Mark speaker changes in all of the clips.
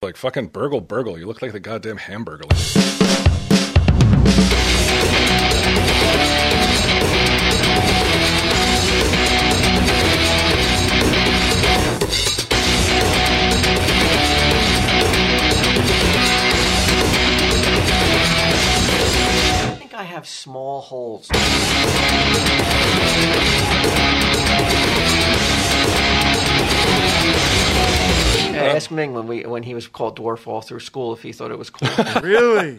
Speaker 1: Like fucking burgle burgle. You look like the goddamn hamburglar.
Speaker 2: I think I have small holes. Yeah, ask Ming when we when he was called dwarf all through school if he thought it was cool.
Speaker 3: Really?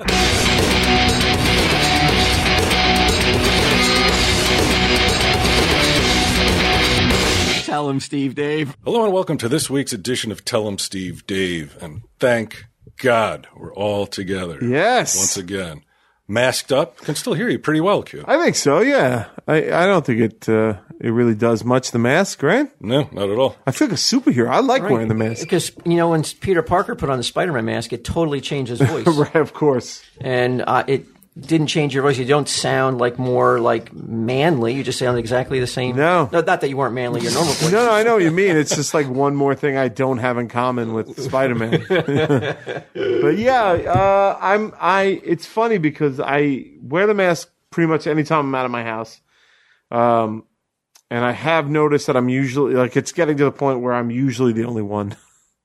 Speaker 4: Tell him, Steve Dave.
Speaker 1: Hello and welcome to this week's edition of Tell 'em Steve Dave. And thank God we're all together.
Speaker 3: Yes.
Speaker 1: Once again. Masked up. Can still hear you pretty well, Q.
Speaker 3: I think so. Yeah. I, I don't think it uh, it really does much. The mask, right?
Speaker 1: No, not at all.
Speaker 3: I feel like a superhero. I like wearing the mask.
Speaker 2: Because you know when Peter Parker put on the Spider-Man mask, it totally changed his voice,
Speaker 3: right, of course.
Speaker 2: and uh, it didn't change your voice. You don't sound like more like manly. You just sound exactly the same.
Speaker 3: No.
Speaker 2: not that you weren't manly. Your normal voice.
Speaker 3: No, no, I know what you mean. It's just like one more thing I don't have in common with Spider Man. but yeah, uh, I'm. I. It's funny because I wear the mask pretty much anytime I'm out of my house, um, and I have noticed that I'm usually like it's getting to the point where I'm usually the only one.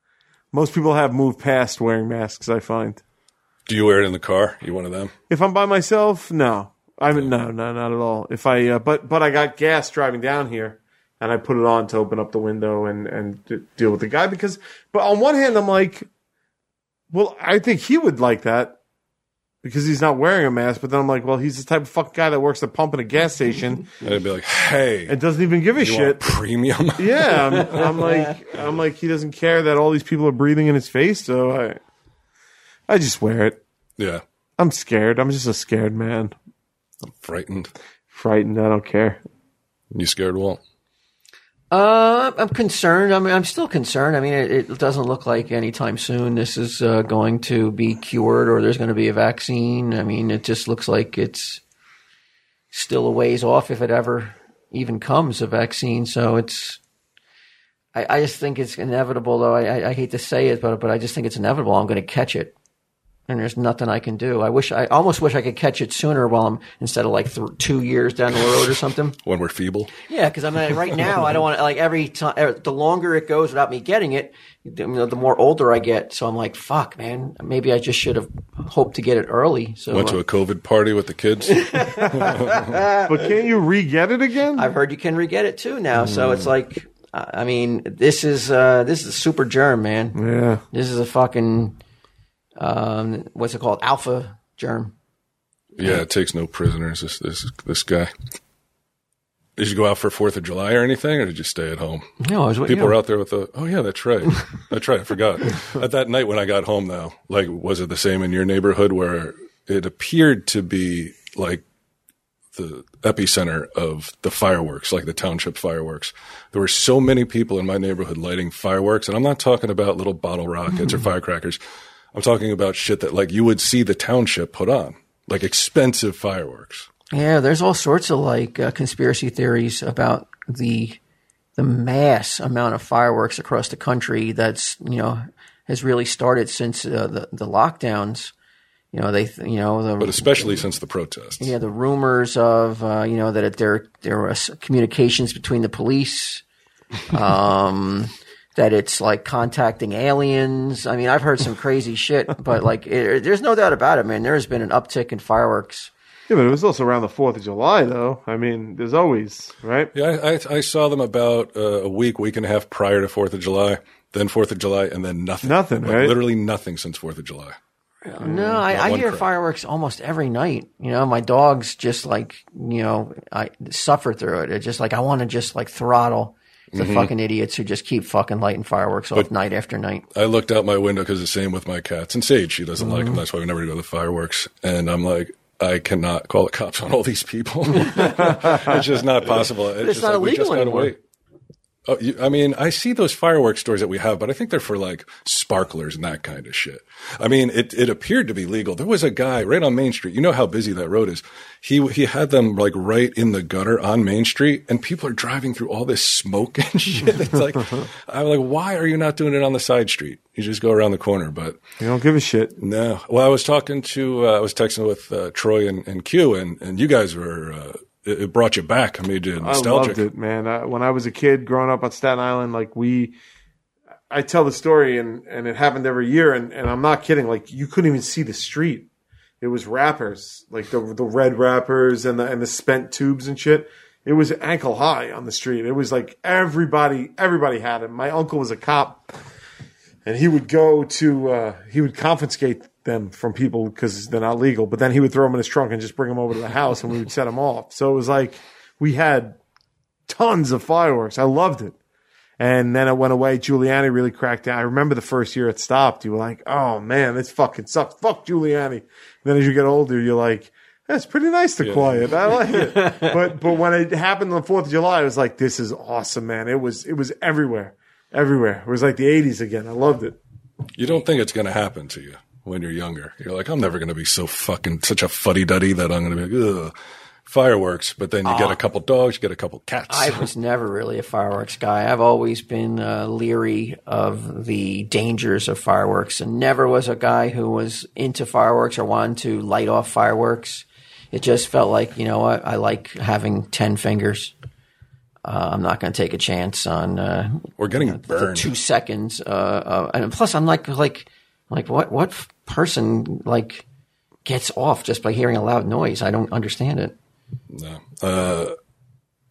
Speaker 3: Most people have moved past wearing masks. I find
Speaker 1: Do you wear it in the car? You one of them?
Speaker 3: if I'm by myself, no. I mean, no, no, not at all. If I, uh, but, but I got gas driving down here, and I put it on to open up the window and and d- deal with the guy because. But on one hand, I'm like, well, I think he would like that because he's not wearing a mask. But then I'm like, well, he's the type of fucking guy that works at pump in a gas station
Speaker 1: I'd be like, hey,
Speaker 3: and doesn't even give a
Speaker 1: you
Speaker 3: shit.
Speaker 1: want premium?
Speaker 3: Yeah, I'm, I'm like, I'm like, he doesn't care that all these people are breathing in his face, so I, I just wear it.
Speaker 1: yeah.
Speaker 3: I'm scared. I'm just a scared man.
Speaker 1: Frightened.
Speaker 3: frightened. I don't care.
Speaker 1: You scared Walt?
Speaker 2: Uh, I'm concerned. I mean, I'm still concerned. I mean, it, it doesn't look like anytime soon this is uh, going to be cured or there's going to be a vaccine. I mean, it just looks like it's still a ways off if it ever even comes a vaccine. So it's, I, I just think it's inevitable. Though I, I, I hate to say it, but but I just think it's inevitable. I'm going to catch it, and there's nothing I can do. I wish I almost wish I could catch it sooner while I'm instead of like th- two years down the road or something.
Speaker 1: When we're feeble?
Speaker 2: Yeah, because I mean, right now I don't want to like every time. The longer it goes without me getting it, the, you know, the more older I get. So I'm like, fuck, man. Maybe I just should have hoped to get it early. So
Speaker 1: Went to
Speaker 2: uh,
Speaker 1: a COVID party with the kids?
Speaker 3: But can't you re-get it again?
Speaker 2: I've heard you can re-get it too now. So it's like, I I mean, this is uh, this is a super germ, man.
Speaker 3: yeah.
Speaker 2: This is a fucking um, what's it called, alpha germ.
Speaker 1: yeah, it takes no prisoners, this, this, this guy. Did you go out for 4th of July or anything, or did you stay at home?
Speaker 2: No, I was
Speaker 1: People are out there with the, oh yeah, that's right. That's right. I forgot. At that night when I got home though, like, was it the same in your neighborhood where it appeared to be like the epicenter of the fireworks, like the township fireworks? There were so many people in my neighborhood lighting fireworks. And I'm not talking about little bottle rockets or firecrackers. I'm talking about shit that like you would see the township put on, like expensive fireworks.
Speaker 2: Yeah, there's all sorts of like uh, conspiracy theories about the the mass amount of fireworks across the country that's you know has really started since uh, the the lockdowns. You know they th- you know the
Speaker 1: But especially since the protests.
Speaker 2: yeah the rumors of uh, you know that it, there there was communications between the police, um, that it's like contacting aliens. I mean, I've heard some crazy shit, but like it, there's no doubt about it, man. There has been an uptick in fireworks.
Speaker 3: Yeah, but it was also around the 4th of July, though. I mean, there's always, right?
Speaker 1: Yeah, I, I, I saw them about uh, a week, week and a half prior to Fourth of July, then Fourth of July, and then nothing.
Speaker 3: Nothing,
Speaker 1: Like,
Speaker 3: right?
Speaker 1: Literally nothing since Fourth of July.
Speaker 2: No, I, I
Speaker 1: one
Speaker 2: hear
Speaker 1: crowd.
Speaker 2: fireworks almost every night. You know, my dogs just like you know I suffer through it. It's just like I want to just like throttle the fucking idiots who just keep fucking lighting fireworks off night after night.
Speaker 1: I looked out my window because the same with my cats. And Sage, she doesn't
Speaker 3: Mm-hmm.
Speaker 1: like them. That's why we never go to the fireworks. And I'm like, I cannot call the cops on all these people. it's just not possible. It's, just
Speaker 2: not
Speaker 1: like, we
Speaker 2: illegal
Speaker 1: just gotta
Speaker 2: anymore.
Speaker 1: wait. Oh, you, I mean, I see those fireworks stores that we have, but I think they're for like sparklers and that kind of shit. I mean, it, it appeared to be legal. There was a guy right on Main Street. You know how busy that road is. He, he had them like right in the gutter on Main Street and people are driving through all this smoke and shit. It's like, I'm like, why are you not doing it on the side street? You just go around the corner, but
Speaker 3: You don't give a shit.
Speaker 1: no. Well, I was talking to, uh, I was texting with uh, Troy and, and Q, and, and you guys were, uh, it, it brought you back. I made you nostalgic.
Speaker 3: I loved it, man. I, when I was a kid growing up on Staten Island, like we, I tell the story and, and it happened every year. And, and I'm not kidding. Like you couldn't even see the street. It was wrappers, like the, the red wrappers and the, and the spent tubes and shit. It was ankle high on the street. It was like everybody, everybody had it. My uncle was a cop and he would go to, uh, he would confiscate them from people because they're not legal, but then he would throw them in his trunk and just bring them over to the house and we would set them off. So it was like, we had tons of fireworks. I loved it. And then it went away. Giuliani really cracked down. I remember the first year it stopped. You were like, oh man, this fucking sucks. Fuck Giuliani. then as you get older, you're like, that's pretty nice to quiet. I like it. but but when it happened on the Fourth of July, I was like, this is awesome, man. It was it was everywhere. Everywhere. It was like the eighties again. I loved it.
Speaker 1: You don't think it's going to happen to you when you're younger. You're like, I'm never going to be so fucking such a fuddy duddy that I'm going to be like, ugh, fireworks. But then you get a couple dogs, you get a couple cats.
Speaker 2: Ah. I was never really a fireworks guy. I've always been uh, leery of the dangers of fireworks and never was a guy who was into fireworks or wanted to light off fireworks. It just felt like, you know what, I like having 10 fingers. Uh, I'm not going to take a chance on uh,
Speaker 1: We're getting
Speaker 2: the
Speaker 1: burned.
Speaker 2: two seconds. Uh, uh, and plus, I'm like, like, like what, what f- person like gets off just by hearing a loud noise? I don't understand it.
Speaker 1: No. Uh,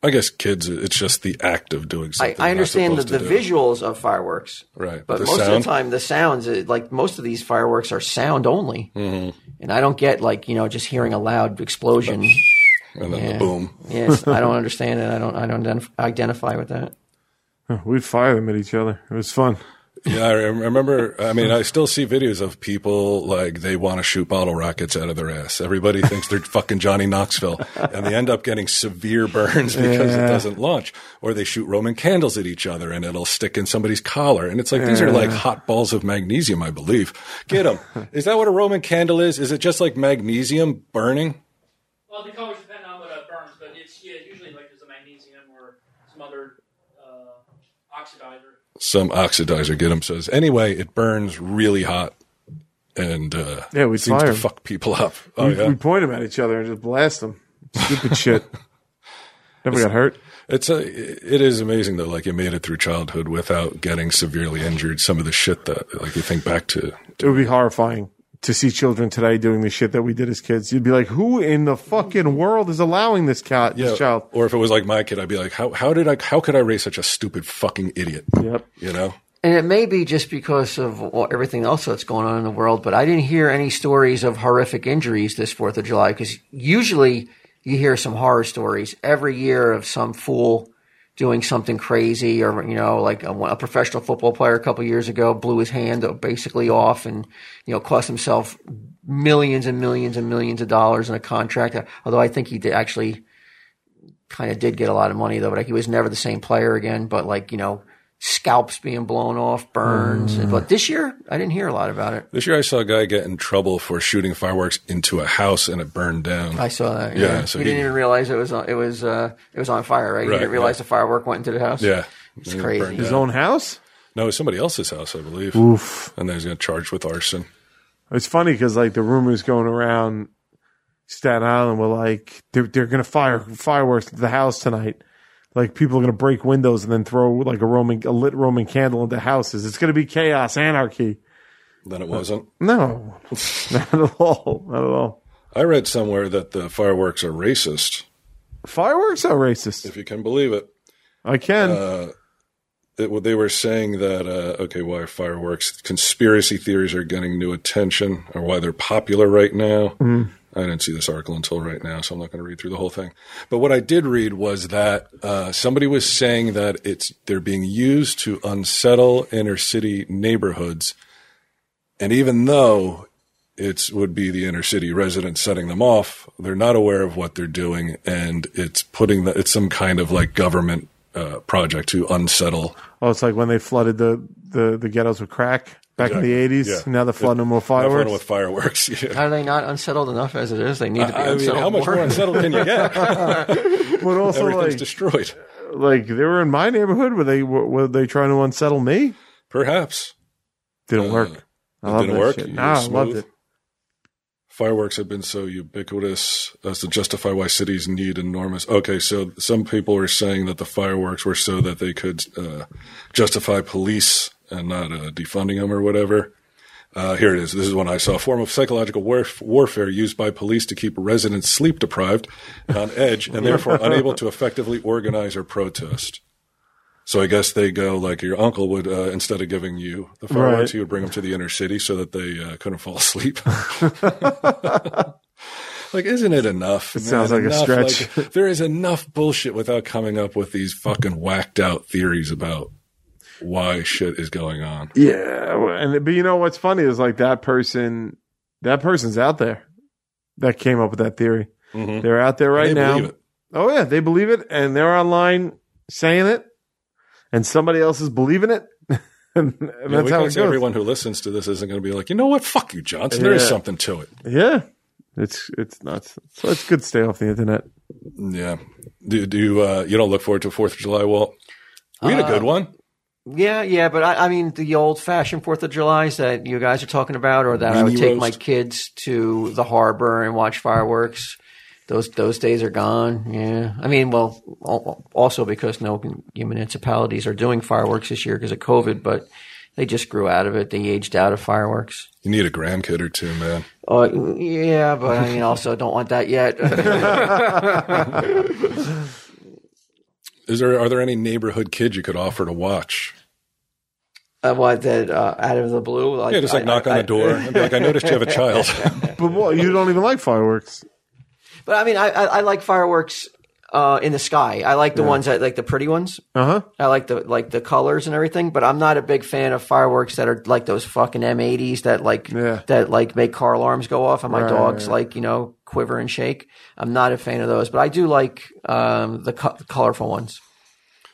Speaker 1: I guess kids, it's just the act of doing
Speaker 2: I,
Speaker 1: something. you're
Speaker 2: I
Speaker 1: not
Speaker 2: understand the,
Speaker 1: supposed
Speaker 2: the
Speaker 1: to do.
Speaker 2: visuals of fireworks,
Speaker 1: Right.
Speaker 2: But
Speaker 1: The
Speaker 2: most of
Speaker 1: sound?
Speaker 2: the time, the sounds it- like most of these fireworks are sound only,
Speaker 1: Mm-hmm.
Speaker 2: and I don't get like you know just hearing a loud explosion.
Speaker 1: And then
Speaker 2: Yeah.
Speaker 1: the boom.
Speaker 2: yes, I don't understand it. I don't. I don't identif- identify with that.
Speaker 3: We'd fire them at each other. It was fun.
Speaker 1: Yeah, I rem- remember. I mean, I still see videos of people like they want to shoot bottle rockets out of their ass. Everybody thinks they're fucking Johnny Knoxville, and they end up getting severe burns because it doesn't launch. Or they shoot Roman candles at each other, and it'll stick in somebody's collar. And it's like these are like hot balls of magnesium, I believe. Get them. Is that what a Roman candle is? Is it just like magnesium burning?
Speaker 5: Well, the colors depend on what it burns, but it's yeah, usually like there's a magnesium or some other uh, oxidizer.
Speaker 1: Some oxidizer get them says. Anyway, it burns really hot, and uh,
Speaker 3: Yeah, we'd
Speaker 1: seems
Speaker 3: fire 'em.
Speaker 1: to fuck people up. Oh
Speaker 3: We'd,
Speaker 1: yeah.
Speaker 3: we'd point them at each other and just blast them. Stupid shit. Never got hurt.
Speaker 1: It's a, it is amazing though. Like you made it through childhood without getting severely injured. Some of the shit that, like you think back to,
Speaker 3: It would be horrifying to see children today doing the shit that we did as kids. You'd be like, who in the fucking world is allowing this cat, this child?
Speaker 1: or if it was like my kid, I'd be like, how, how did I, how could I raise such a stupid fucking idiot?
Speaker 3: Yep.
Speaker 1: You know,
Speaker 2: And it may be just because of well, everything else that's going on in the world, but I didn't hear any stories of horrific injuries this 4th of July because usually you hear some horror stories every year of some fool doing something crazy or, you know, like a, a professional football player a couple years ago blew his hand basically off and, you know, cost himself millions and millions and millions of dollars in a contract. Although I think he did actually kind of did get a lot of money though, but like, he was never the same player again. But like you know, scalps being blown off, burns,
Speaker 1: Mm.
Speaker 2: and but this year I didn't hear a lot about it.
Speaker 1: this year I saw a guy get in trouble for shooting fireworks into a house and it burned down.
Speaker 2: I saw that.
Speaker 1: Yeah, so
Speaker 2: he didn't
Speaker 1: he-
Speaker 2: even realize it was on, it was uh, it was on fire, right? He
Speaker 1: Right,
Speaker 2: didn't realize
Speaker 1: yeah.
Speaker 2: the firework went into the house.
Speaker 1: yeah.
Speaker 2: It's
Speaker 1: And it
Speaker 2: crazy.
Speaker 1: burned
Speaker 3: His
Speaker 1: down.
Speaker 3: own house?
Speaker 1: No, it was somebody else's house, I believe.
Speaker 3: Oof.
Speaker 1: And then he's going to charge with arson.
Speaker 3: It's funny because like the rumors going around Staten Island were like they're they're gonna fire fireworks at the house tonight. Like people are gonna break windows and then throw like a Roman a lit Roman candle into houses. It's gonna be chaos, anarchy.
Speaker 1: Then it wasn't.
Speaker 3: No, not at all, not at all.
Speaker 1: I read somewhere that the fireworks are racist,
Speaker 3: Fireworks are racist.
Speaker 1: if you can believe it.
Speaker 3: I can.
Speaker 1: it, well, they were saying that uh, okay, why fireworks? Conspiracy theories are getting new attention, or why they're popular right now. I didn't see this article until right now, so I'm not going to read through the whole thing. But what I did read was that uh, somebody was saying that it's they're being used to unsettle inner city neighborhoods, and even though it would be the inner city residents setting them off, they're not aware of what they're doing, and it's putting the, it's some kind of like government uh, project to unsettle.
Speaker 3: Oh, it's like when they flooded the the, the ghettos with crack back
Speaker 1: Exactly.
Speaker 3: in the '80s.
Speaker 1: Yeah.
Speaker 3: Now they're flooding them with
Speaker 1: Not fun
Speaker 3: fireworks.
Speaker 1: with fireworks. Yeah.
Speaker 2: Are they not unsettled enough as it is? They need to be
Speaker 1: I mean,
Speaker 2: unsettled
Speaker 1: how much more unsettled can you get?
Speaker 3: but also,
Speaker 1: Everything's
Speaker 3: like,
Speaker 1: destroyed.
Speaker 3: like they were in my neighborhood. Were they were, were they trying to unsettle me?
Speaker 1: Perhaps.
Speaker 3: Didn't
Speaker 1: Uh,
Speaker 3: work. I love
Speaker 1: didn't
Speaker 3: that
Speaker 1: work?
Speaker 3: Shit.
Speaker 1: You
Speaker 3: Nah,
Speaker 1: were
Speaker 3: I loved
Speaker 1: smooth?
Speaker 3: it.
Speaker 1: Fireworks have been so ubiquitous as to justify why cities need enormous. Okay, so some people were saying that the fireworks were so that they could uh, justify police and not uh, defunding them or whatever. Uh, here it is. This is one I saw. A form of psychological warf- warfare used by police to keep residents sleep deprived and on edge and therefore unable to effectively organize or protest. So I guess they go like your uncle would, uh, instead of giving you the fireworks,
Speaker 3: Right.
Speaker 1: he would bring them to the inner city so that they uh, couldn't fall asleep. like, isn't it enough? It
Speaker 3: sounds like a stretch.
Speaker 1: there is enough bullshit without coming up with these fucking whacked out theories about why shit is going on.
Speaker 3: Yeah, well, and but you know what's funny is like that person, that person's out there that came up with that theory.
Speaker 1: Mhm.
Speaker 3: They're out there right
Speaker 1: They
Speaker 3: now.
Speaker 1: believe it.
Speaker 3: Oh yeah, they believe it, and they're online saying it, and somebody else is believing it. and
Speaker 1: Yeah,
Speaker 3: that's
Speaker 1: we
Speaker 3: how
Speaker 1: can
Speaker 3: it goes.
Speaker 1: see everyone who listens to this isn't going to be like, you know what? Fuck you, Johnson. There is
Speaker 3: Yeah.
Speaker 1: something to it.
Speaker 3: Yeah, it's it's nuts. So it's good to stay off the internet.
Speaker 1: Yeah. Do, do you, uh, you don't look forward to Fourth of July? Well, we had a
Speaker 2: Uh,
Speaker 1: good one.
Speaker 2: Yeah, yeah, but I, I mean the old fashioned Fourth of July's that you guys are talking about, or that I would
Speaker 1: Mini
Speaker 2: take my
Speaker 1: roast.
Speaker 2: kids to the harbor and watch fireworks. Those those days are gone. Yeah, I mean, well, al- also because no municipalities are doing fireworks this year because of COVID, but they just grew out of it. They aged out of fireworks.
Speaker 1: You need a grandkid or two, man.
Speaker 2: Uh, yeah, but I mean, also don't want that yet.
Speaker 1: Is there are there any neighborhood kids you could offer to watch?
Speaker 2: I want that uh, out of the blue. Like,
Speaker 1: Yeah, just like
Speaker 2: I-
Speaker 1: knock
Speaker 2: I-
Speaker 1: on
Speaker 2: I-
Speaker 1: the door and be like, "I noticed you have a child."
Speaker 3: But what you don't even like fireworks.
Speaker 2: But I mean, I I, I like fireworks uh, in the sky. I like the ones that like the pretty ones.
Speaker 3: Uh huh.
Speaker 2: I like the like the colors and everything, but I'm not a big fan of fireworks that are like those fucking M80s that like
Speaker 3: Yeah.
Speaker 2: that like make car alarms go off and my
Speaker 3: Right,
Speaker 2: dogs
Speaker 3: right.
Speaker 2: like you know quiver and shake. I'm not a fan of those, but I do like um, the co- colorful ones.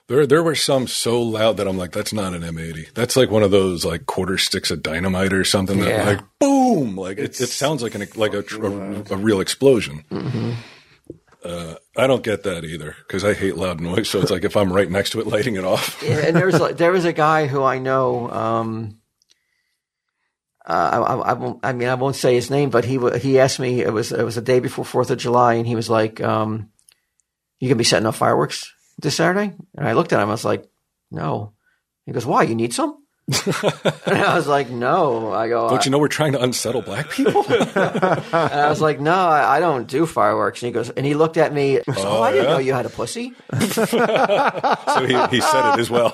Speaker 1: there, there were some so loud that I'm like, "That's not an M80. That's like one of those like quarter sticks of dynamite or something."
Speaker 2: Yeah.
Speaker 1: That like boom, like it, it sounds like an like a, tr- a, a real explosion.
Speaker 2: Mm-hmm.
Speaker 1: Uh, I don't get that either because I hate loud noise. So it's like if I'm right next to it, lighting it off.
Speaker 2: Yeah, and there's like, there was a guy who I know. Um, uh, I, I, I won't. I mean, I won't say his name, but he wa- he asked me. It was it was the day before Fourth of July, and he was like, um, "You gonna be setting off fireworks this Saturday?" And I looked at him. I was like, "No." He goes, "Why? You need some?" and I was like, "No." I go,
Speaker 1: Don't you know we're trying to unsettle black people?
Speaker 2: and I was like, "No, I, I don't do fireworks." And he goes, and he looked at me. Oh, I didn't
Speaker 1: yeah?
Speaker 2: know you had a pussy.
Speaker 1: so he, he said it as well.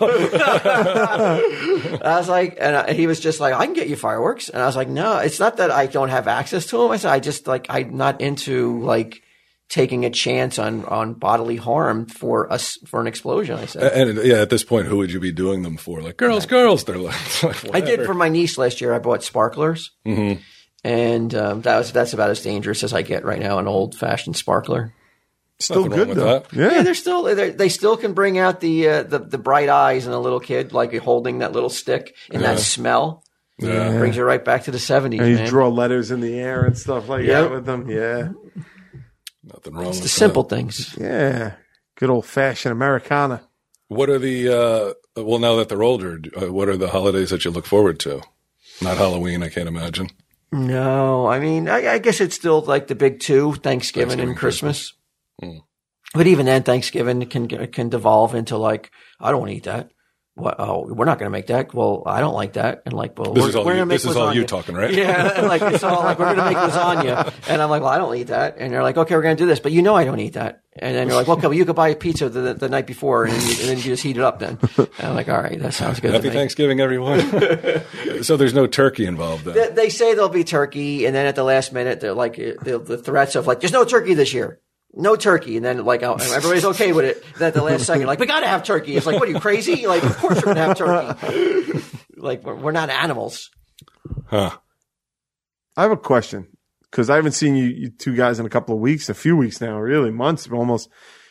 Speaker 2: And I was like, and I, he was just like, I can get you fireworks. And I was like, no, it's not that I don't have access to them. I said, I just like, I'm not into like taking a chance on, on bodily harm for us, for an explosion. I said,
Speaker 1: And yeah, at this point, who would you be doing them for? Like girls, girls. They're like,
Speaker 2: I did for my niece last year. I bought sparklers. And um, that was, that's about as dangerous as I get right now, an old fashioned sparkler.
Speaker 3: Still good though.
Speaker 2: Yeah,
Speaker 3: Yeah.
Speaker 2: they're still they're, they still can bring out the, uh, the the bright eyes in a little kid, like holding that little stick and that smell.
Speaker 1: Yeah.
Speaker 2: brings you right back to the seventies.
Speaker 3: And you
Speaker 2: man.
Speaker 3: draw letters in the air and stuff like
Speaker 2: Yep.
Speaker 3: that with them. Yeah.
Speaker 1: Nothing wrong with
Speaker 2: the
Speaker 1: that.
Speaker 2: simple things.
Speaker 3: Yeah. Good old fashioned Americana.
Speaker 1: What are the uh, well now that they're older? Uh, what are the holidays that you look forward to? Not Halloween, I can't imagine.
Speaker 2: No, I mean, I, I guess it's still like the big two: Thanksgiving, and Christmas.
Speaker 1: Mm.
Speaker 2: But even then, Thanksgiving can can devolve into like, I don't want to eat that. What? Oh, we're not going to make that. Well, I don't like that. And like, well,
Speaker 1: This
Speaker 2: we're,
Speaker 1: is all
Speaker 2: we're
Speaker 1: you,
Speaker 2: gonna make
Speaker 1: this is all you
Speaker 2: lasagna.
Speaker 1: talking, right?
Speaker 2: Yeah, and like it's all like we're gonna make lasagna, and I'm like, well, I don't eat that, and they're like, okay, we're gonna do this, but you know, I don't eat that, and then you're like, well, okay, well, you could buy pizza the, the night before, and, then you, and then you just heat it up then, and I'm like, all right, that sounds good. to
Speaker 1: Happy
Speaker 2: me.
Speaker 1: Thanksgiving, everyone. so there's no turkey involved then.
Speaker 2: They- they say there'll be turkey, and then at the last minute, they're like eh, the, the threats of like, "There's no turkey this year, no turkey," and then like oh, everybody's okay with it. Then at the last second, like, "We gotta have turkey." It's like, "What are you crazy?" Like, of course we're gonna have turkey. Like, we're, we're not animals.
Speaker 1: Huh.
Speaker 3: I have a question because I haven't seen you, you two guys in a couple of weeks, a few weeks now, really months almost.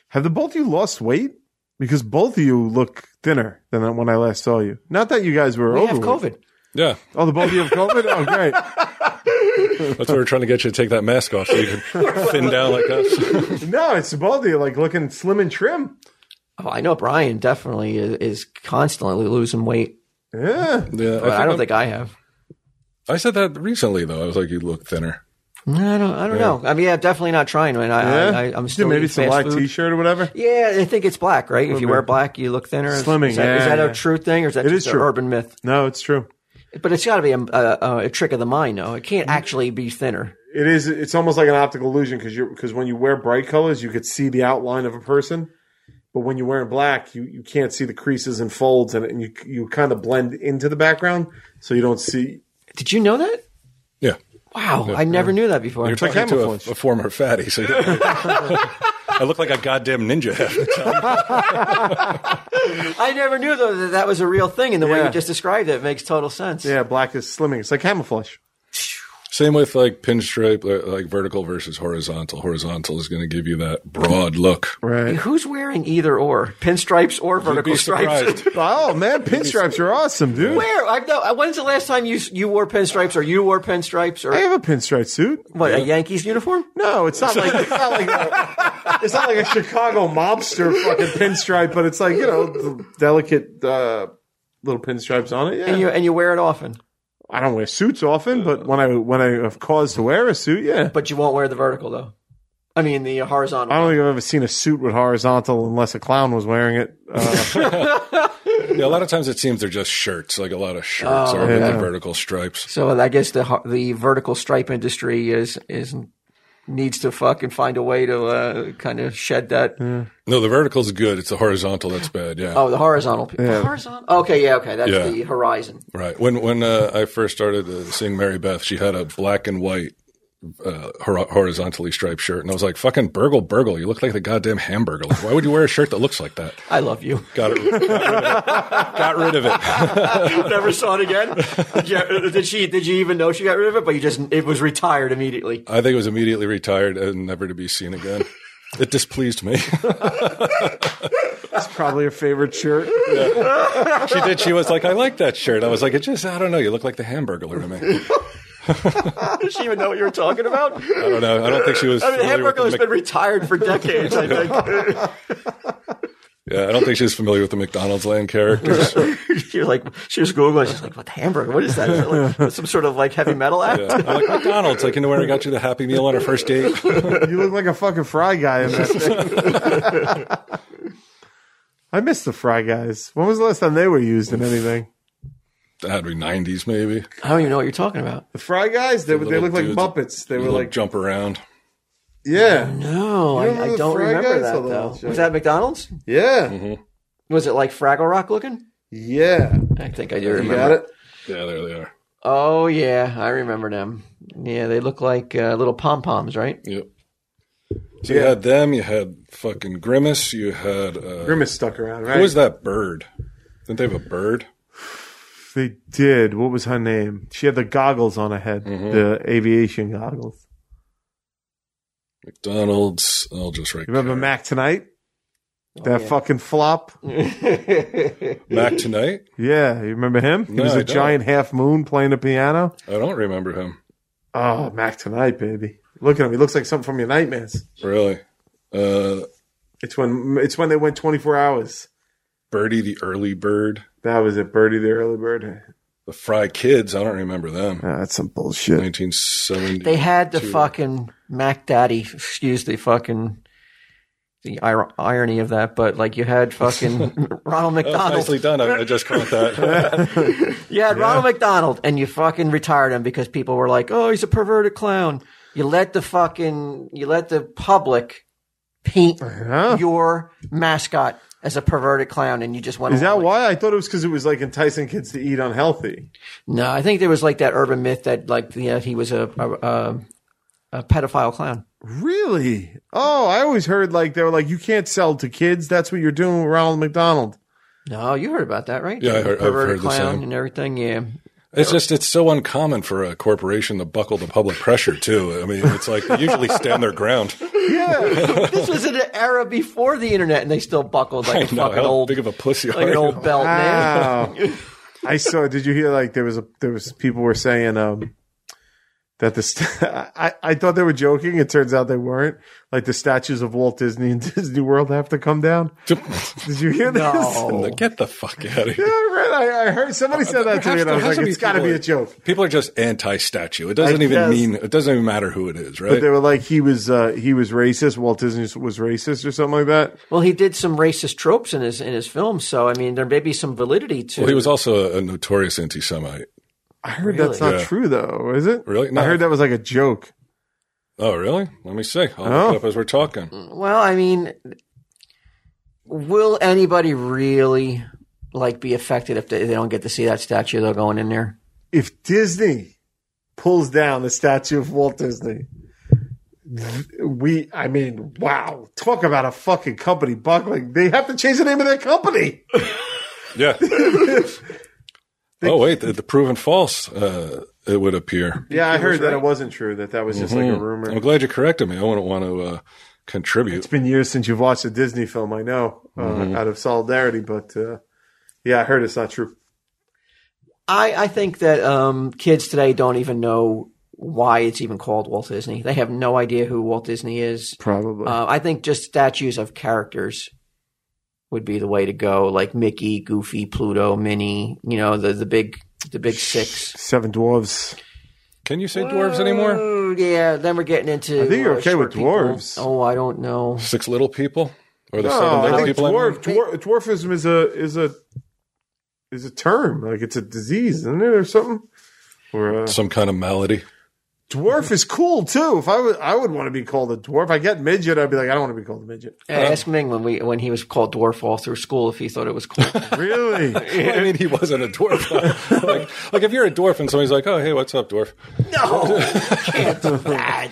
Speaker 3: Have the both of you lost weight? because both of you look thinner than when I last saw you. Not that you guys were
Speaker 2: We have
Speaker 3: overweight.
Speaker 2: COVID.
Speaker 1: Yeah,
Speaker 3: Oh, the both of you have COVID. Oh, great.
Speaker 1: that's why we're trying to get you to take that mask off so you can thin down like us.
Speaker 3: No, it's the both of you like looking slim and trim.
Speaker 2: Oh, I know Brian definitely is, is constantly losing weight,
Speaker 3: Yeah.
Speaker 1: yeah,
Speaker 2: but I, don't
Speaker 1: I'm-
Speaker 2: think I have.
Speaker 1: I said that recently though. I was like, you look thinner.
Speaker 2: I don't. I don't know. I mean, yeah, definitely not trying, man. I,
Speaker 3: Yeah.
Speaker 2: I, I, I'm still
Speaker 3: maybe
Speaker 2: eating
Speaker 3: some
Speaker 2: fast
Speaker 3: black
Speaker 2: food.
Speaker 3: t-shirt or whatever.
Speaker 2: Yeah, I think it's black, right? If you
Speaker 3: bit.
Speaker 2: wear black, you look thinner. Is-
Speaker 3: Slimming,
Speaker 2: Is that, is
Speaker 3: yeah,
Speaker 2: that
Speaker 3: yeah.
Speaker 2: a true thing, or is that
Speaker 3: It
Speaker 2: just
Speaker 3: is
Speaker 2: an
Speaker 3: true.
Speaker 2: urban myth?
Speaker 3: No, it's true.
Speaker 2: But it's got to be a, a, a trick of the mind, though. It can't actually be thinner.
Speaker 3: It is. It's almost like an optical illusion because you because when you wear bright colors, you could see the outline of a person, but when you wear in black, you, you can't see the creases and folds, and, and you you kind of blend into the background, so you don't see.
Speaker 2: Did you know that?
Speaker 1: Yeah,
Speaker 2: Wow, I never knew that before.
Speaker 1: you're talking to a,
Speaker 3: camouflage.
Speaker 1: a former fatty. So I look like a goddamn ninja. half the time.
Speaker 2: I never knew though that that was a real thing, and the way
Speaker 3: Yeah.
Speaker 2: you just described it makes total sense.
Speaker 3: Yeah, black is slimming. It's like camouflage.
Speaker 1: Same with like pinstripe, li- like vertical versus horizontal. Horizontal is going to give you that broad look.
Speaker 3: Right.
Speaker 2: Who's wearing either or pinstripes or
Speaker 1: You'd
Speaker 2: vertical
Speaker 1: be
Speaker 2: stripes?
Speaker 1: surprised.
Speaker 3: Oh man, pinstripes are awesome, dude.
Speaker 2: Where? I know. Uh, When's the last time you you wore pinstripes, or you wore pinstripes, or
Speaker 3: I have a pinstripe suit.
Speaker 2: what? A Yankees uniform?
Speaker 3: No, it's not like it's not like a, it's not like a Chicago mobster fucking pinstripe, but it's like you know the delicate uh, little pinstripes on it. Yeah.
Speaker 2: And you and you wear it often,
Speaker 3: I don't wear suits often, but when I when I have cause to wear a suit, yeah.
Speaker 2: but you won't wear the vertical though. I mean the horizontal.
Speaker 3: I don't think I've ever seen a suit with horizontal unless a clown was wearing it. Uh,
Speaker 1: Yeah, a lot of times it seems they're just shirts. Like a lot of shirts
Speaker 2: Oh,
Speaker 1: are with
Speaker 3: yeah.
Speaker 1: the vertical stripes.
Speaker 2: So I guess the ho- the vertical stripe industry is is needs to fucking find a way to uh, kind of shed that.
Speaker 1: No, the vertical's good. It's the horizontal that's bad. Yeah.
Speaker 2: Oh, the horizontal. pe- The horizontal. Okay, yeah, okay, that's
Speaker 1: Yeah.
Speaker 2: the horizon.
Speaker 1: Right. When when uh, I first started uh, seeing Mary Beth, she had a black and white uh, hor- horizontally striped shirt, and I was like, "Fucking burgle, burgle! You look like the goddamn hamburger. Like, why would you wear a shirt that looks like that?"
Speaker 2: I love you.
Speaker 1: Got it. Got rid of it. Got rid of it.
Speaker 2: Never saw it again. Did, you, did she? Did you even know she got rid of it? But you just it was retired immediately.
Speaker 1: I think it was immediately retired and never to be seen again. It displeased me.
Speaker 3: it's probably her favorite shirt.
Speaker 1: she did. She was like, "I like that shirt." I was like, "It just, I don't know. You look like the hamburger to me."
Speaker 2: Did she even know what you were talking about?
Speaker 1: I don't know. I don't think she was.
Speaker 2: I mean, the
Speaker 1: familiar with
Speaker 2: hamburger
Speaker 1: the
Speaker 2: has
Speaker 1: Mc-
Speaker 2: been retired for decades. I think
Speaker 1: yeah, I don't think she was familiar with the McDonald's Land characters.
Speaker 2: she was like she was googling. She's like, "What the hamburger? What is that? Is that like some sort of like heavy metal act?"
Speaker 1: Yeah. I'm like McDonald's. Like, you know where I got you the Happy Meal on our first date?
Speaker 3: You look like a fucking fry guy in that thing. I miss the fry guys. When was the last time they were used in anything?
Speaker 1: That'd be 90s, maybe.
Speaker 2: I don't even know what you're talking about.
Speaker 3: The fry guys, they, they
Speaker 1: little
Speaker 3: look like
Speaker 1: dudes.
Speaker 3: Muppets. They were
Speaker 1: Little
Speaker 3: like,
Speaker 1: jump around.
Speaker 3: yeah,
Speaker 2: No,
Speaker 3: You don't
Speaker 2: Oh, I, I
Speaker 3: remember Oh,
Speaker 2: don't
Speaker 3: Fry
Speaker 2: remember
Speaker 3: Guys?
Speaker 2: that
Speaker 3: Hold on,
Speaker 2: though.
Speaker 3: I'll check.
Speaker 2: Was that McDonald's?
Speaker 3: yeah,
Speaker 2: Was it like Fraggle Rock looking?
Speaker 3: yeah.
Speaker 2: I think I do
Speaker 3: You
Speaker 2: remember.
Speaker 3: got it?
Speaker 1: Yeah, there they are.
Speaker 2: Oh yeah, I remember them. Yeah, they look like uh, little pom poms, right?
Speaker 1: Yep. So you had them. You had fucking Grimace. You had uh,
Speaker 3: Grimace stuck around, right?
Speaker 1: Who was that bird? Didn't they have a bird?
Speaker 3: They did. What was her name? She had the goggles on her head, the aviation goggles.
Speaker 1: McDonald's. I'll just write.
Speaker 3: You remember Mac Tonight? that fucking flop?
Speaker 1: Mac tonight?
Speaker 3: Yeah, you remember him? He
Speaker 1: No,
Speaker 3: was
Speaker 1: I
Speaker 3: a
Speaker 1: don't.
Speaker 3: giant half moon playing the piano.
Speaker 1: I don't remember him
Speaker 3: Oh, Mac Tonight, baby. Look at him. He looks like something from your nightmares.
Speaker 1: really. Uh,
Speaker 3: It's when it's when they went 24 hours.
Speaker 1: Birdie the early bird.
Speaker 3: That was it, Birdie the Early Bird.
Speaker 1: The Fry Kids. I don't remember them.
Speaker 3: Ah, that's some bullshit.
Speaker 1: 1970.
Speaker 2: They had the fucking Mac Daddy. Excuse the fucking the ir- irony of that, but like you had fucking
Speaker 1: That was
Speaker 2: Ronald McDonald.
Speaker 1: Oh, nicely done. I, I just caught that.
Speaker 2: You had Ronald McDonald, and you fucking retired him because people were like, "Oh, he's a perverted clown." You let the fucking you let the public paint
Speaker 3: Uh-huh.
Speaker 2: your mascot as a perverted clown, and you just went.
Speaker 3: Is that
Speaker 2: along with
Speaker 3: why? I thought it was because it was like enticing kids to eat unhealthy.
Speaker 2: No, I think there was like that urban myth that like yeah, he was a a, a, a pedophile clown.
Speaker 3: Really? Oh, I always heard like they were like, you can't sell to kids. That's what you're doing with Ronald McDonald.
Speaker 2: No, you heard about that, right?
Speaker 1: Yeah, I heard- I've
Speaker 2: perverted
Speaker 1: heard the
Speaker 2: clown
Speaker 1: same.
Speaker 2: and everything. Yeah,
Speaker 1: It's just it's so uncommon for a corporation to buckle to public pressure too. I mean, it's like they usually stand their ground.
Speaker 2: this was in an era before the internet, and they still buckled like
Speaker 1: I
Speaker 2: a
Speaker 1: know
Speaker 2: fucking
Speaker 1: how
Speaker 2: old,
Speaker 1: big of a pussy
Speaker 2: like
Speaker 1: are
Speaker 2: an
Speaker 1: you?
Speaker 2: old belt man.
Speaker 3: Wow. I saw. Did you hear? Like there was a there was people were saying um that the st- I I thought they were joking. It turns out they weren't. Like the statues of Walt Disney and Disney World have to come down. Did you hear this?
Speaker 2: No.
Speaker 1: Get the fuck out of
Speaker 3: Yeah,
Speaker 1: here.
Speaker 3: I, read, I, I heard somebody said that to me, and I was like, "It's got to be a joke."
Speaker 1: People are just anti-statue. It doesn't
Speaker 3: I
Speaker 1: even
Speaker 3: guess.
Speaker 1: mean. It doesn't even matter who it is,
Speaker 3: But
Speaker 1: right?
Speaker 3: they were like, "He was uh, he was racist. Walt Disney was racist, or something like that."
Speaker 2: Well, he did some racist tropes in his in his film, so I mean, there may be some validity to.
Speaker 1: well, he was also a notorious anti-Semite.
Speaker 3: I heard that's
Speaker 2: Really?
Speaker 3: not
Speaker 1: Yeah.
Speaker 3: true, though, is it?
Speaker 1: Really? No.
Speaker 3: I heard that was like a joke.
Speaker 1: Oh, really? Let me see. I'll
Speaker 3: Oh.
Speaker 1: look it up as we're talking.
Speaker 2: Well, I mean, will anybody really like be affected if they, they don't get to see that statue though going in there?
Speaker 3: if Disney pulls down the statue of Walt Disney, th- we, I mean, wow, talk about a fucking company buckling. They have to change the name of their company.
Speaker 1: Yeah. oh wait, the, the proven false. Uh, it would appear.
Speaker 3: Yeah, I heard that it wasn't true, that that was just
Speaker 1: Mm-hmm.
Speaker 3: like a rumor.
Speaker 1: I'm glad you corrected me. I wouldn't want to uh, contribute.
Speaker 3: It's been years since you've watched a Disney film, I know, uh,
Speaker 1: Mm-hmm.
Speaker 3: out of solidarity, but uh, yeah, I heard it's not true.
Speaker 2: I I think that um, kids today don't even know why it's even called Walt Disney. They have no idea who Walt Disney is.
Speaker 3: Probably.
Speaker 2: Uh, I think just statues of characters would be the way to go, like Mickey, Goofy, Pluto, Minnie. You know, the the big the big six.
Speaker 3: Seven Dwarves.
Speaker 1: Can you say dwarves anymore?
Speaker 2: Oh, yeah, then we're getting into.
Speaker 3: I think you're
Speaker 2: uh,
Speaker 3: okay
Speaker 2: short
Speaker 3: with
Speaker 2: people.
Speaker 3: dwarves.
Speaker 2: Oh, I don't know.
Speaker 1: Six little people, or the
Speaker 3: No,
Speaker 1: seven
Speaker 3: Oh, I
Speaker 1: little
Speaker 3: think
Speaker 1: people? I mean?
Speaker 3: dwarf, dwarf, dwarfism is a is a is a term. Like it's a disease, isn't it, or something? Or uh,
Speaker 1: Some kind of malady.
Speaker 3: dwarf is cool too. If I would, I would want to be called a dwarf. I get midget. I'd be like, I don't want to be called a midget.
Speaker 2: Uh, Ask Ming when we when he was called dwarf all through school if he thought it was cool.
Speaker 3: Really?
Speaker 1: I mean, he wasn't a dwarf. like, like if you're a dwarf and somebody's like, "Oh, hey, what's up, dwarf?"
Speaker 2: no, can't do that.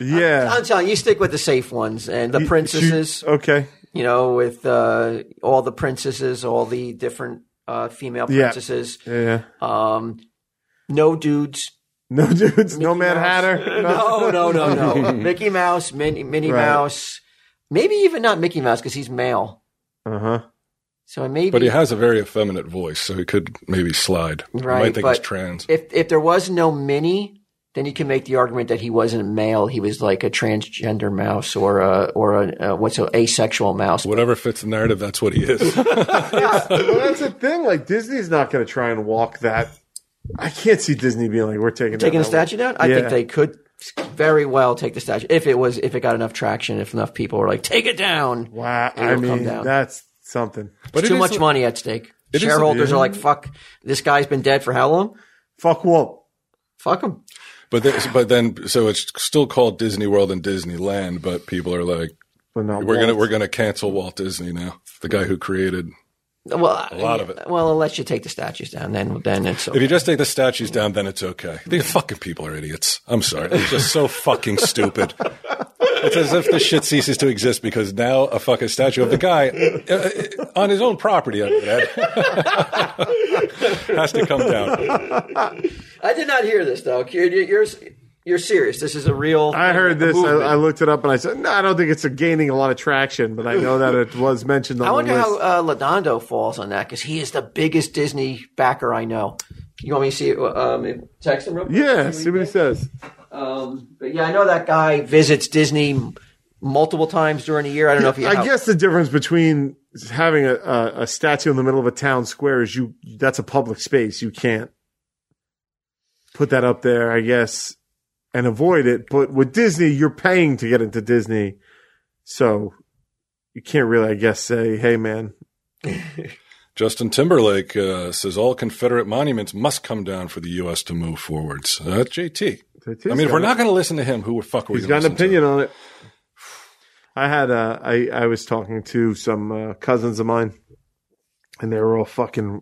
Speaker 3: yeah.
Speaker 2: I'm telling you, you stick with the safe ones and the princesses.
Speaker 3: She- okay.
Speaker 2: you know, with uh, all the princesses, all the different uh, female
Speaker 3: Yeah.
Speaker 2: princesses.
Speaker 3: Yeah, Yeah.
Speaker 2: Um, no dudes.
Speaker 3: No dudes. No Mad
Speaker 2: Mouse.
Speaker 3: Hatter.
Speaker 2: No, no, no, no. Mickey Mouse, Minnie, Minnie
Speaker 3: Right.
Speaker 2: Mouse. Maybe even not Mickey Mouse because he's male.
Speaker 3: Uh huh.
Speaker 2: So maybe
Speaker 1: But he has a very effeminate voice, so he could maybe slide.
Speaker 2: Right,
Speaker 1: you might think he's
Speaker 2: but-
Speaker 1: trans.
Speaker 2: if if there was no Minnie, then you can make the argument that he wasn't male. He was like a transgender mouse or a or a, uh what's a asexual mouse.
Speaker 1: Whatever fits the narrative, that's what he is.
Speaker 3: Well, that's the thing. Like Disney's not going to try and walk that. I can't see Disney being like, we're taking
Speaker 2: Taking the
Speaker 3: that out.
Speaker 2: statue down, I
Speaker 3: Yeah.
Speaker 2: think they could very well take the statue if it was if it got enough traction, if enough people were like, take it down.
Speaker 3: Wow.
Speaker 2: It'll
Speaker 3: I
Speaker 2: come
Speaker 3: mean,
Speaker 2: down.
Speaker 3: that's something.
Speaker 1: But it
Speaker 2: too
Speaker 1: is
Speaker 2: much
Speaker 1: a-
Speaker 2: money at stake.
Speaker 1: It is-
Speaker 2: Shareholders are like, fuck, this guy's been dead for how long?
Speaker 3: Fuck Walt.
Speaker 2: Fuck him.
Speaker 1: But there's- but then so it's still called Disney World and Disneyland, but people are like,
Speaker 3: But not
Speaker 1: we're
Speaker 3: Walt.
Speaker 1: gonna we're gonna cancel Walt Disney now, the guy who created.
Speaker 2: Well,
Speaker 1: A lot of it.
Speaker 2: Well, unless you take the statues down, then then it's
Speaker 1: If you just take the statues down, then it's okay. These fucking people are idiots. I'm sorry, they're just so fucking stupid. It's as if the shit ceases to exist because now a fucking statue of the guy uh, uh, on his own property I would add, has to come down.
Speaker 2: I did not hear this though. You're, you're you're serious. This is a real.
Speaker 3: I heard this. I,
Speaker 2: movement.
Speaker 3: I looked it up and I said, no, I don't think it's a gaining a lot of traction, but I know that it was mentioned on
Speaker 2: I wonder
Speaker 3: the
Speaker 2: how
Speaker 3: list.
Speaker 2: uh, Ladondo falls on that because he is the biggest Disney backer I know. You want me to see? Um, text him real quick.
Speaker 3: yeah, see what he says.
Speaker 2: Um, but yeah, I know that guy visits Disney m- multiple times during the year. I don't know if he.
Speaker 3: I guess the difference between having a, a, a statue in the middle of a town square is you that's a public space. You can't put that up there, I guess, and avoid it. But with Disney, you're paying to get into Disney. So you can't really, I guess, say, hey, man,
Speaker 1: Justin Timberlake uh, says all Confederate monuments must come down for the U.S. to move forward. So that's JT. I mean, if we're not going to listen to him, who the fuck are we?
Speaker 3: He's
Speaker 1: gonna
Speaker 3: got an
Speaker 1: listen to?
Speaker 3: opinion on it. I had uh, I I was talking to some uh, cousins of mine, and they were all fucking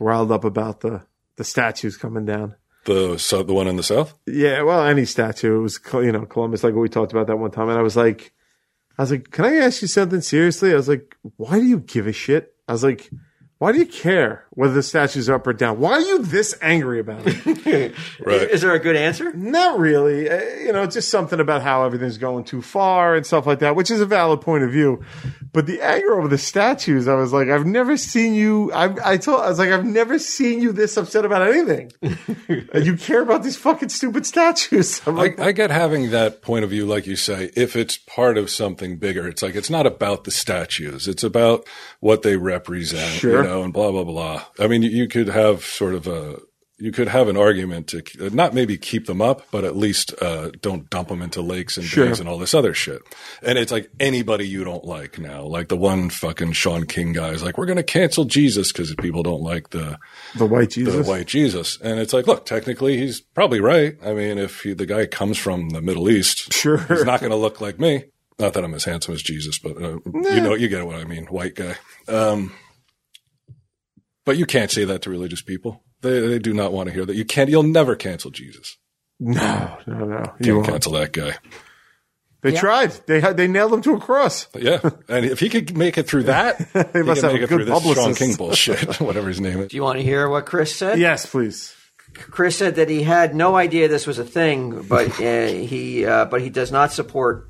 Speaker 3: riled up about the the statues coming down.
Speaker 1: The so the one in the south.
Speaker 3: Yeah, well, any statue. It was Col- you know Columbus, like we talked about that one time, and I was like, I was like, can I ask you something seriously? I was like, why do you give a shit? I was like, why do you care whether the statue's up or down. Why are you this angry about it?
Speaker 1: Right.
Speaker 2: Is there a good answer?
Speaker 3: Not really. Uh, you know, just something about how everything's going too far and stuff like that, which is a valid point of view. But the anger over the statues, I was like, I've never seen you. I, I told, I was like, I've never seen you this upset about anything. And you care about these fucking stupid statues. I'm
Speaker 1: I,
Speaker 3: like,
Speaker 1: I get having that point of view, like you say, if it's part of something bigger. It's like it's not about the statues; it's about what they represent,
Speaker 3: Sure.
Speaker 1: you know, and blah blah blah. I mean, you, you could have sort of a you could have an argument to k- not maybe keep them up, but at least uh, don't dump them into lakes and bays and all this other shit. And it's like anybody you don't like now, like the one fucking Sean King guy is like, we're gonna cancel Jesus because people don't like the
Speaker 3: the white
Speaker 1: the
Speaker 3: Jesus.
Speaker 1: white Jesus. And it's like, look, technically he's probably right. I mean, if he, the guy comes from the Middle East,
Speaker 3: Sure.
Speaker 1: he's not going to look like me. Not that I'm as handsome as Jesus, but uh, you know, you get what I mean. White guy. Um, but you can't say that to religious people. They, they do not want to hear that. You can't, you'll never cancel Jesus.
Speaker 3: No, no, no. You
Speaker 1: Can't
Speaker 3: won't.
Speaker 1: cancel that guy.
Speaker 3: They tried. They had, they nailed him to a cross.
Speaker 1: But yeah. And if he could make it through that, he
Speaker 3: must
Speaker 1: can
Speaker 3: have
Speaker 1: make
Speaker 3: a
Speaker 1: it through
Speaker 3: good
Speaker 1: this Sean
Speaker 3: publicist.
Speaker 1: King bullshit, whatever his name is.
Speaker 2: Do you want to hear what Chris said?
Speaker 3: Yes, please.
Speaker 2: Chris said that he had no idea this was a thing, but uh, he uh, but he does not support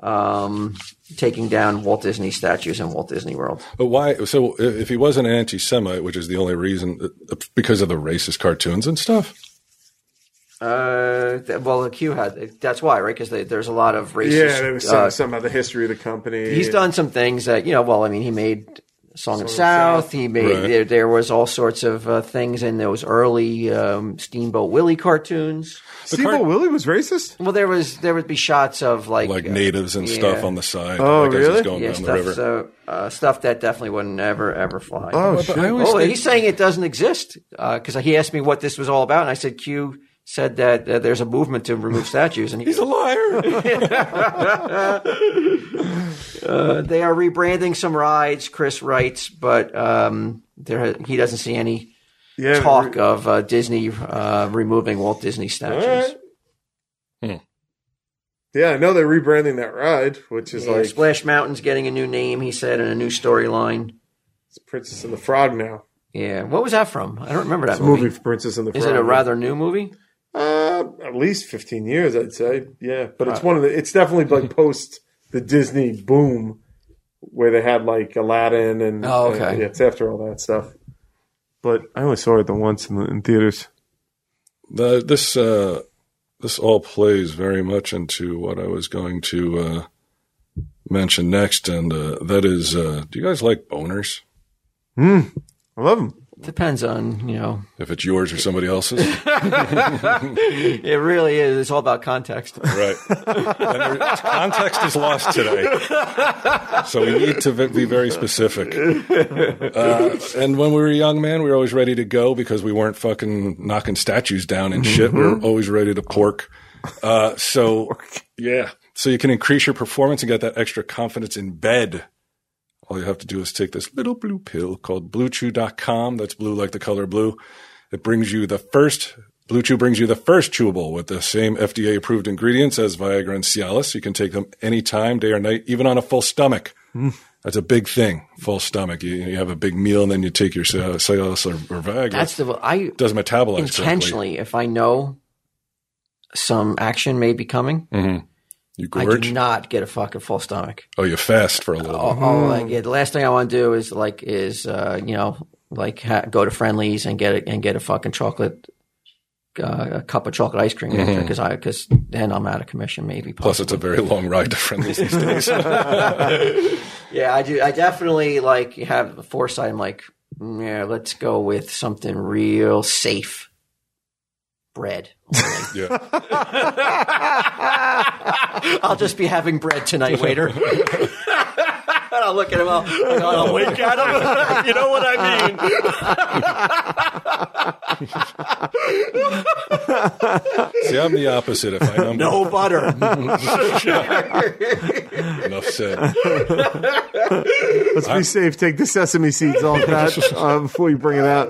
Speaker 2: um, taking down Walt Disney statues in Walt Disney World.
Speaker 1: But why? So i- if he wasn't an anti-Semite, which is the only reason, uh, because of the racist cartoons and stuff.
Speaker 2: Uh, th- well, the Q had that's why, right? Because there's a lot of racist.
Speaker 3: Yeah, there was
Speaker 2: uh,
Speaker 3: some, some about the history of the company.
Speaker 2: he's done some things that you know. Well, I mean, he made Song of South. He made
Speaker 1: Right.
Speaker 2: there, there was all sorts of uh, things in those early um, Steamboat Willie cartoons.
Speaker 3: Steve O. Willie was racist.
Speaker 2: Well, there was there would be shots of like
Speaker 1: Like
Speaker 2: uh,
Speaker 1: natives and stuff
Speaker 2: yeah.
Speaker 1: on the side.
Speaker 3: Oh,
Speaker 1: like as he's
Speaker 3: really?
Speaker 1: going
Speaker 2: yeah,
Speaker 1: down
Speaker 2: stuff,
Speaker 1: the river.
Speaker 2: So, uh, stuff that definitely would never ever fly.
Speaker 3: Oh shit!
Speaker 1: I always
Speaker 2: Oh,
Speaker 1: think-
Speaker 2: he's saying it doesn't exist because he asked me what this was all about, and I said Q said that uh, there's a movement to remove statues, and he
Speaker 1: he's a liar.
Speaker 2: uh, they are rebranding some rides. Chris writes, but um, there he doesn't see any
Speaker 3: yeah,
Speaker 2: talk of uh, Disney uh, removing Walt Disney statues.
Speaker 3: right. Yeah, I know they're rebranding that ride, which is
Speaker 2: Yeah,
Speaker 3: like
Speaker 2: Splash Mountain's getting a new name, he said, and a new storyline.
Speaker 3: it's Princess and the Frog now.
Speaker 2: Yeah, what was that from? I don't remember that
Speaker 3: It's a
Speaker 2: movie.
Speaker 3: movie for Princess and the
Speaker 2: Is
Speaker 3: Frog.
Speaker 2: it a rather new movie?
Speaker 3: uh, at least fifteen years, I'd say. Yeah, but
Speaker 2: Uh,
Speaker 3: it's one of the. It's definitely like post the Disney boom, where they had like Aladdin and
Speaker 2: Oh, okay.
Speaker 3: and- yeah, it's after all that stuff. But I only saw it the once in, the, in theaters.
Speaker 1: The- this uh, this all plays very much into what I was going to uh, mention next, and uh, that is, uh, do you guys like boners?
Speaker 3: I love them.
Speaker 2: Depends on you know.
Speaker 1: If it's yours or somebody else's,
Speaker 2: It really is. It's all about context.
Speaker 1: right? And there- context is lost today, so we need to ve- be very specific. Uh, and when we were a young man, we were always ready to go because we weren't fucking knocking statues down and shit. We were always ready to pork. Uh, so yeah, so you can increase your performance and get that extra confidence in bed. All you have to do is take this little blue pill called BlueChew.com. That's blue like the color blue. It brings you the first. Blue Chew brings you the first chewable with the same FDA approved ingredients as Viagra and Cialis. You can take them anytime, day or night, even on a full stomach. That's a big thing. Full stomach. You, you have a big meal and then you take your Ci- Cialis or, or Viagra.
Speaker 2: That's the I
Speaker 1: doesn't metabolize correctly.
Speaker 2: intentionally, if I know some action may be coming,
Speaker 1: You
Speaker 2: I
Speaker 1: gorge.
Speaker 2: do not get a fucking full stomach.
Speaker 1: oh, you fast for a little.
Speaker 2: All,
Speaker 1: while.
Speaker 2: all I get, the last thing I want to do is like is uh, you know like ha- go to Friendlies and get it and get a fucking chocolate. Uh, a cup of chocolate ice cream because I because then I'm out of commission maybe.
Speaker 1: Mm-hmm. Plus, it's a very long ride to friendlies these days.
Speaker 2: Yeah, I do. I definitely like have the foresight. I'm like, "Mm, yeah, let's go with something real safe. Bread.
Speaker 1: yeah.
Speaker 2: I'll just be having bread tonight, waiter. and I'll look at him. I'll, I'll wink at him. you know what I mean?
Speaker 1: See, I'm the opposite. If I number
Speaker 2: No butter.
Speaker 1: enough said.
Speaker 3: Let's be safe. Take the sesame seeds off that uh, before you bring it out.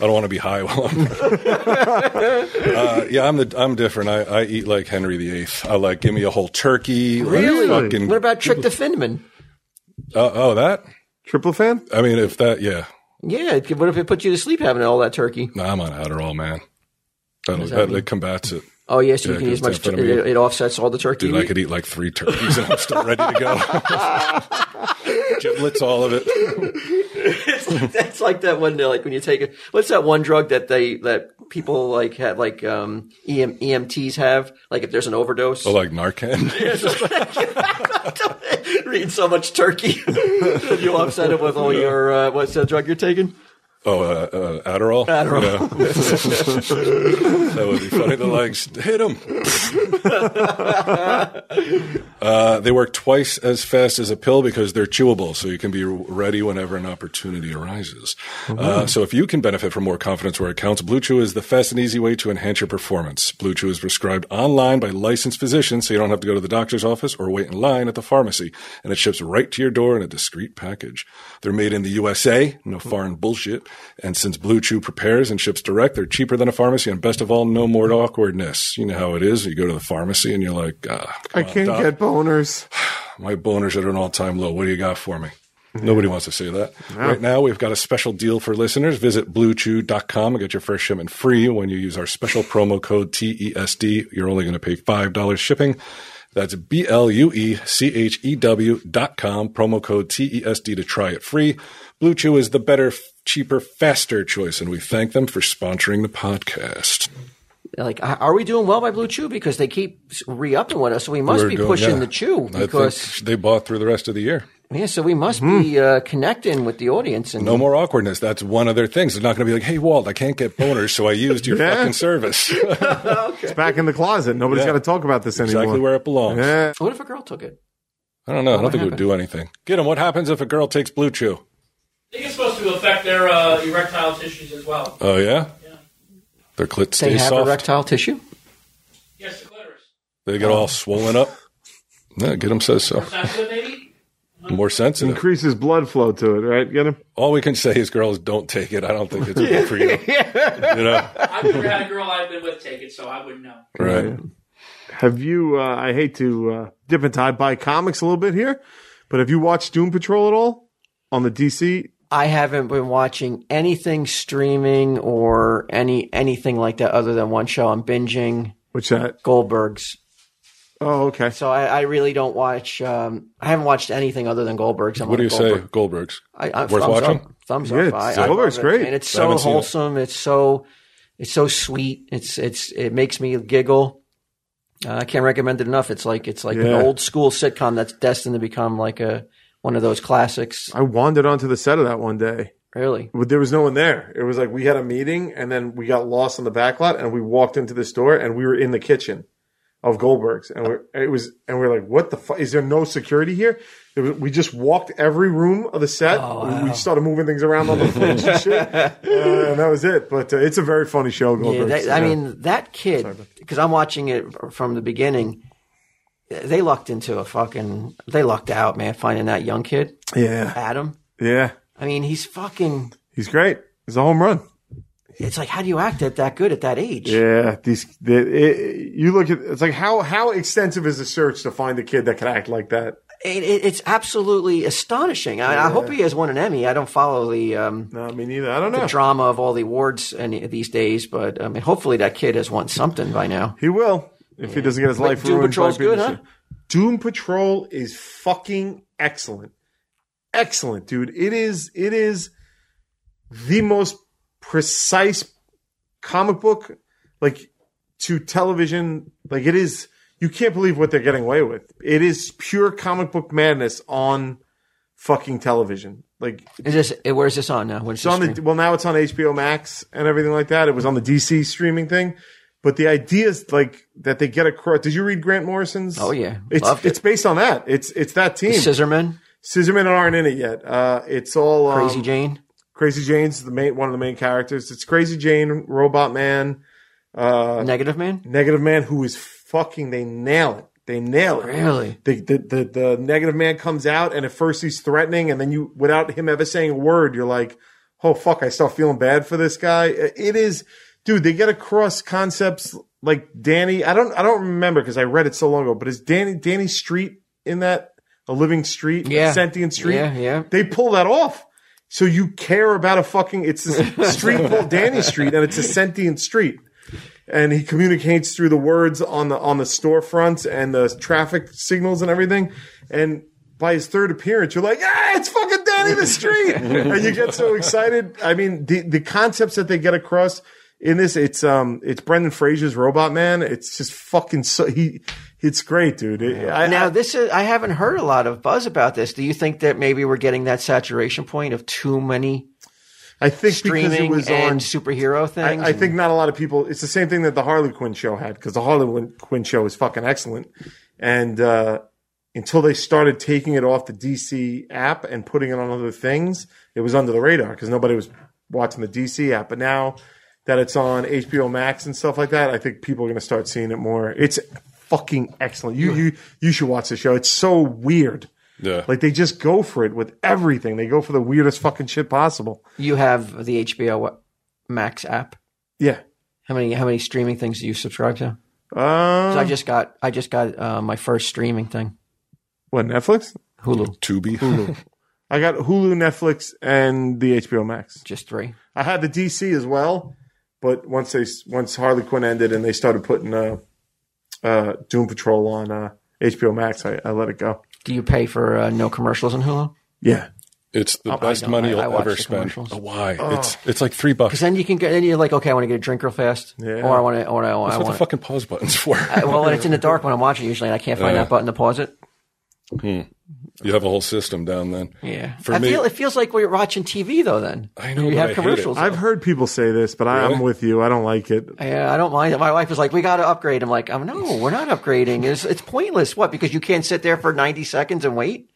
Speaker 1: I don't want to be high while I'm. uh, yeah, I'm the I'm different. I, I eat like Henry VIII. I like give me a whole turkey. like
Speaker 2: Really?
Speaker 1: fucking-
Speaker 2: what about Trick the Finman?
Speaker 1: uh, oh, that.
Speaker 3: Triple fan?
Speaker 1: I mean, if that, yeah.
Speaker 2: Yeah, it could- what if it puts you to sleep having all that turkey?
Speaker 1: Nah, I'm on Adderall, man. That'll,
Speaker 2: does that
Speaker 1: that,
Speaker 2: mean?
Speaker 1: that combats it.
Speaker 2: Oh yes, you
Speaker 1: Yeah,
Speaker 2: can use
Speaker 1: because
Speaker 2: much. Tur-
Speaker 1: amphetamine.
Speaker 2: it, it offsets all the turkey.
Speaker 1: Dude, I could eat like three turkeys and I'm still ready to go. Giblets, all of it.
Speaker 2: it's, like, it's like that one. Like when you take it, what's that one drug that they that people like have like um EM, EMTs have? Like if there's an overdose,
Speaker 1: Oh, like Narcan.
Speaker 2: You're eating so much turkey, you offset it with all your uh, what's that drug you're taking?
Speaker 1: Oh, uh, uh, Adderall.
Speaker 2: Adderall.
Speaker 1: Yeah. that would be funny. The legs hit him. uh, they work twice as fast as a pill because they're chewable, so you can be ready whenever an opportunity arises. Uh, so if you can benefit from more confidence where it counts, Blue Chew is the fast and easy way to enhance your performance. Blue Chew is prescribed online by licensed physicians, so you don't have to go to the doctor's office or wait in line at the pharmacy, and it ships right to your door in a discreet package. They're made in the USA, no foreign bullshit. And since Blue Chew prepares and ships direct, they're cheaper than a pharmacy, and best of all, no more awkwardness. You know how it is. You go to the pharmacy and you're like, ah,
Speaker 3: I can't
Speaker 1: Doc.
Speaker 3: get boners.
Speaker 1: my boners are at an all time low. What do you got for me? Nobody wants to say that. Right now, we've got a special deal for listeners. Visit bluechew.com and get your first shipment free when you use our special promo code TESD. You're only going to pay $5 shipping. That's B L U E C H E W dot com, promo code TESD to try it free. Blue Chew is the better, cheaper, faster choice, and we thank them for sponsoring the podcast.
Speaker 2: Like, are are we doing well by Blue Chew? Because they keep re upping with us, so we must
Speaker 1: We're
Speaker 2: be
Speaker 1: doing-
Speaker 2: pushing
Speaker 1: yeah.
Speaker 2: the chew.
Speaker 1: I think
Speaker 2: Because
Speaker 1: they bought through the rest of the year.
Speaker 2: yeah, so we must
Speaker 1: Hmm.
Speaker 2: be uh, connecting with the audience. And
Speaker 1: No more awkwardness. That's one of their things. They're not going to be like, "Hey, Walt, I can't get boners, so I used your
Speaker 3: Yeah.
Speaker 1: fucking service."
Speaker 3: It's back in the closet. Nobody's
Speaker 1: Yeah.
Speaker 3: got to talk about this anymore.
Speaker 1: exactly where it belongs.
Speaker 3: Yeah.
Speaker 2: what if a girl took it?
Speaker 1: I don't know. I don't
Speaker 2: What
Speaker 1: think it would do anything. Get them. What happens if a girl takes Blue Chew?
Speaker 5: I think it's supposed to affect their uh, erectile tissues as well.
Speaker 1: Oh yeah,
Speaker 5: Yeah.
Speaker 1: their clit
Speaker 2: They
Speaker 1: stays
Speaker 2: have
Speaker 1: soft.
Speaker 2: erectile tissue.
Speaker 5: Yes, the clitoris.
Speaker 1: they get all swollen up. No, get them says so.
Speaker 5: Is that good, maybe?
Speaker 1: More sensitive.
Speaker 3: Increases blood flow to it, right? Get him?
Speaker 1: all we can say is girls don't take it. I don't think it's good for you. You know,
Speaker 5: I've never had a girl I've been with take it, so I wouldn't know.
Speaker 1: right?
Speaker 3: Have you? Uh, I hate to uh, dip and tie by comics a little bit here, but have you watched Doom Patrol at all on the DC?
Speaker 2: I haven't been watching anything streaming or any anything like that other than one show. I'm binging
Speaker 3: Which that?
Speaker 2: Goldberg's.
Speaker 3: Oh, okay.
Speaker 2: So I, I really don't watch. Um, I haven't watched anything other than Goldberg's. I'm
Speaker 1: What do
Speaker 2: on
Speaker 1: you
Speaker 2: Goldberg.
Speaker 1: say, Goldberg's?
Speaker 2: I, I,
Speaker 1: Worth
Speaker 2: thumbs
Speaker 1: watching?
Speaker 2: Up. Thumbs
Speaker 3: Yeah,
Speaker 2: up. I,
Speaker 3: it's-
Speaker 2: I
Speaker 3: Goldberg's
Speaker 2: love it,
Speaker 3: great.
Speaker 2: man. It's
Speaker 1: I
Speaker 2: so
Speaker 1: haven't seen it.
Speaker 2: wholesome. It's so it's so sweet. It's it's it makes me giggle. Uh, I can't recommend it enough. It's like it's like
Speaker 3: Yeah.
Speaker 2: an old school sitcom that's destined to become like a one of those classics.
Speaker 3: I wandered onto the set of that one day.
Speaker 2: Really,
Speaker 3: But There was no one there. It was like we had a meeting, and then we got lost in the back lot, and we walked into the store, and we were in the kitchen of Goldberg's, and we're, it was, and we're like, "What the fuck? Is there no security here?" It was, we just walked every room of the set.
Speaker 2: Oh,
Speaker 3: we, we started moving things around on the floors and shit, uh, and that was it. But uh, it's a very funny show,
Speaker 2: yeah,
Speaker 3: Goldberg's.
Speaker 2: that, I mean that kid because I'm watching it from the beginning. They lucked into a fucking. They lucked out, man. Finding that young kid,
Speaker 3: yeah,
Speaker 2: Adam.
Speaker 3: yeah,
Speaker 2: I mean, he's fucking.
Speaker 3: he's great. It's a home run.
Speaker 2: It's like, how do you act at that good at that age?
Speaker 3: Yeah, these the, it, you look at it's like how how extensive is the search to find a kid that can act like that?
Speaker 2: it, it, it's absolutely astonishing. I, I hope he has won an Emmy. I don't follow the um,
Speaker 3: No, me neither. I don't know.
Speaker 2: drama of all the awards any, these days, but I mean, hopefully that kid has won something by now.
Speaker 3: He will if he doesn't get his life
Speaker 2: Doom
Speaker 3: ruined.
Speaker 2: Patrol's
Speaker 3: by being
Speaker 2: good,
Speaker 3: a
Speaker 2: huh?
Speaker 3: shit. Doom Patrol is fucking excellent, excellent, dude. It is it is the most precise comic book like to television. Like it is, you can't believe what they're getting away with. It is pure comic book madness on fucking television. Like
Speaker 2: Is this where is this on now? When's
Speaker 3: it's on the well now it's on HBO Max and everything like that. It was on the DC streaming thing, but the idea is like that they get across. Did you read Grant Morrison's?
Speaker 2: Oh, yeah.
Speaker 3: it's
Speaker 2: Loved it.
Speaker 3: it's based on that. It's it's that team.
Speaker 2: Scissorman,
Speaker 3: Scissorman aren't in it yet. Uh, it's all um,
Speaker 2: Crazy Jane.
Speaker 3: Crazy Jane's the main one of the main characters. It's Crazy Jane, Robot Man, uh,
Speaker 2: Negative Man.
Speaker 3: Negative Man, who is fucking. They nail it. They nail it.
Speaker 2: Really?
Speaker 3: The, the the the negative man comes out, and at first he's threatening, and then you, without him ever saying a word, you're like, "Oh fuck!" I start feeling bad for this guy. It is, dude. They get across concepts like Danny. I don't I don't remember because I read it so long ago. But is Danny Danny Street in that a living street, a
Speaker 2: Yeah.
Speaker 3: sentient street?
Speaker 2: Yeah, yeah.
Speaker 3: They pull that off. So you care about a fucking it's a street called Danny Street and it's a sentient street. And he communicates through the words on the on the storefronts and the traffic signals and everything. And by his third appearance, you're like, ah, it's fucking Danny the Street. and you get so excited. I mean, the the concepts that they get across in this, it's um it's Brendan Fraser's Robot Man. It's just fucking so he it's great, dude. It- I- I-
Speaker 1: Uh,
Speaker 2: Now, this is, I haven't heard a lot of buzz about this. Do you think that maybe we're getting that saturation point of too many
Speaker 3: I think because it
Speaker 2: streaming
Speaker 3: was
Speaker 2: and
Speaker 3: on
Speaker 2: superhero things?
Speaker 3: I, I think not a lot of people. It's the same thing that the Harley Quinn show had because the Harley Win- Quinn show is fucking excellent, and uh, until they started taking it off the DC app and putting it on other things, it was under the radar because nobody was watching the DC app. But now that it's on HBO Max and stuff like that, I think people are going to start seeing it more. It's fucking excellent. You you you should watch the show. It's so weird.
Speaker 1: Yeah.
Speaker 3: Like they just go for it with everything. They go for the weirdest fucking shit possible.
Speaker 2: you have the HBO Max app.
Speaker 3: Yeah.
Speaker 2: How many how many streaming things do you subscribe to?
Speaker 3: Um,
Speaker 2: 'Cause I just got I just got uh, my first streaming thing,
Speaker 3: what Netflix?
Speaker 2: Hulu.
Speaker 1: Tubi.
Speaker 3: I got Hulu, Netflix, and the HBO Max.
Speaker 2: Just three.
Speaker 3: I had the DC as well, but once they once Harley Quinn ended and they started putting uh, uh, Doom Patrol on uh, HBO Max, I, I let it go.
Speaker 2: Do you pay for uh, no commercials on Hulu?
Speaker 3: Yeah,
Speaker 1: It's the best
Speaker 2: don't-
Speaker 1: money
Speaker 2: Oh,
Speaker 1: you'll
Speaker 2: I- I watch
Speaker 1: ever
Speaker 2: the
Speaker 1: spend.
Speaker 2: commercials.
Speaker 1: Oh, why? It's it's like three bucks.
Speaker 2: Because then you can get. Then you're like, okay, I want to get a drink real fast,
Speaker 3: Yeah.
Speaker 2: or I want to, or I, I
Speaker 1: That's what the
Speaker 2: want.
Speaker 1: fucking pause buttons for.
Speaker 2: Well, and it's in the dark when I'm watching usually, and I can't find
Speaker 1: Yeah.
Speaker 2: that button to pause it.
Speaker 1: you have a whole system down then.
Speaker 2: Yeah,
Speaker 1: For
Speaker 2: I
Speaker 1: me,
Speaker 2: feel it feels like we're watching TV though. Then
Speaker 1: I know,
Speaker 2: you
Speaker 1: but
Speaker 2: have
Speaker 1: I hate
Speaker 2: commercials.
Speaker 1: it.
Speaker 3: I've heard people say this, but I, I'm
Speaker 1: Really?
Speaker 3: with you. I don't like it.
Speaker 2: yeah, I don't mind it. My wife was like, "We got to upgrade." I'm like, "Oh no, we're not upgrading. It's it's pointless. What? Because you can't sit there for 90 seconds and wait.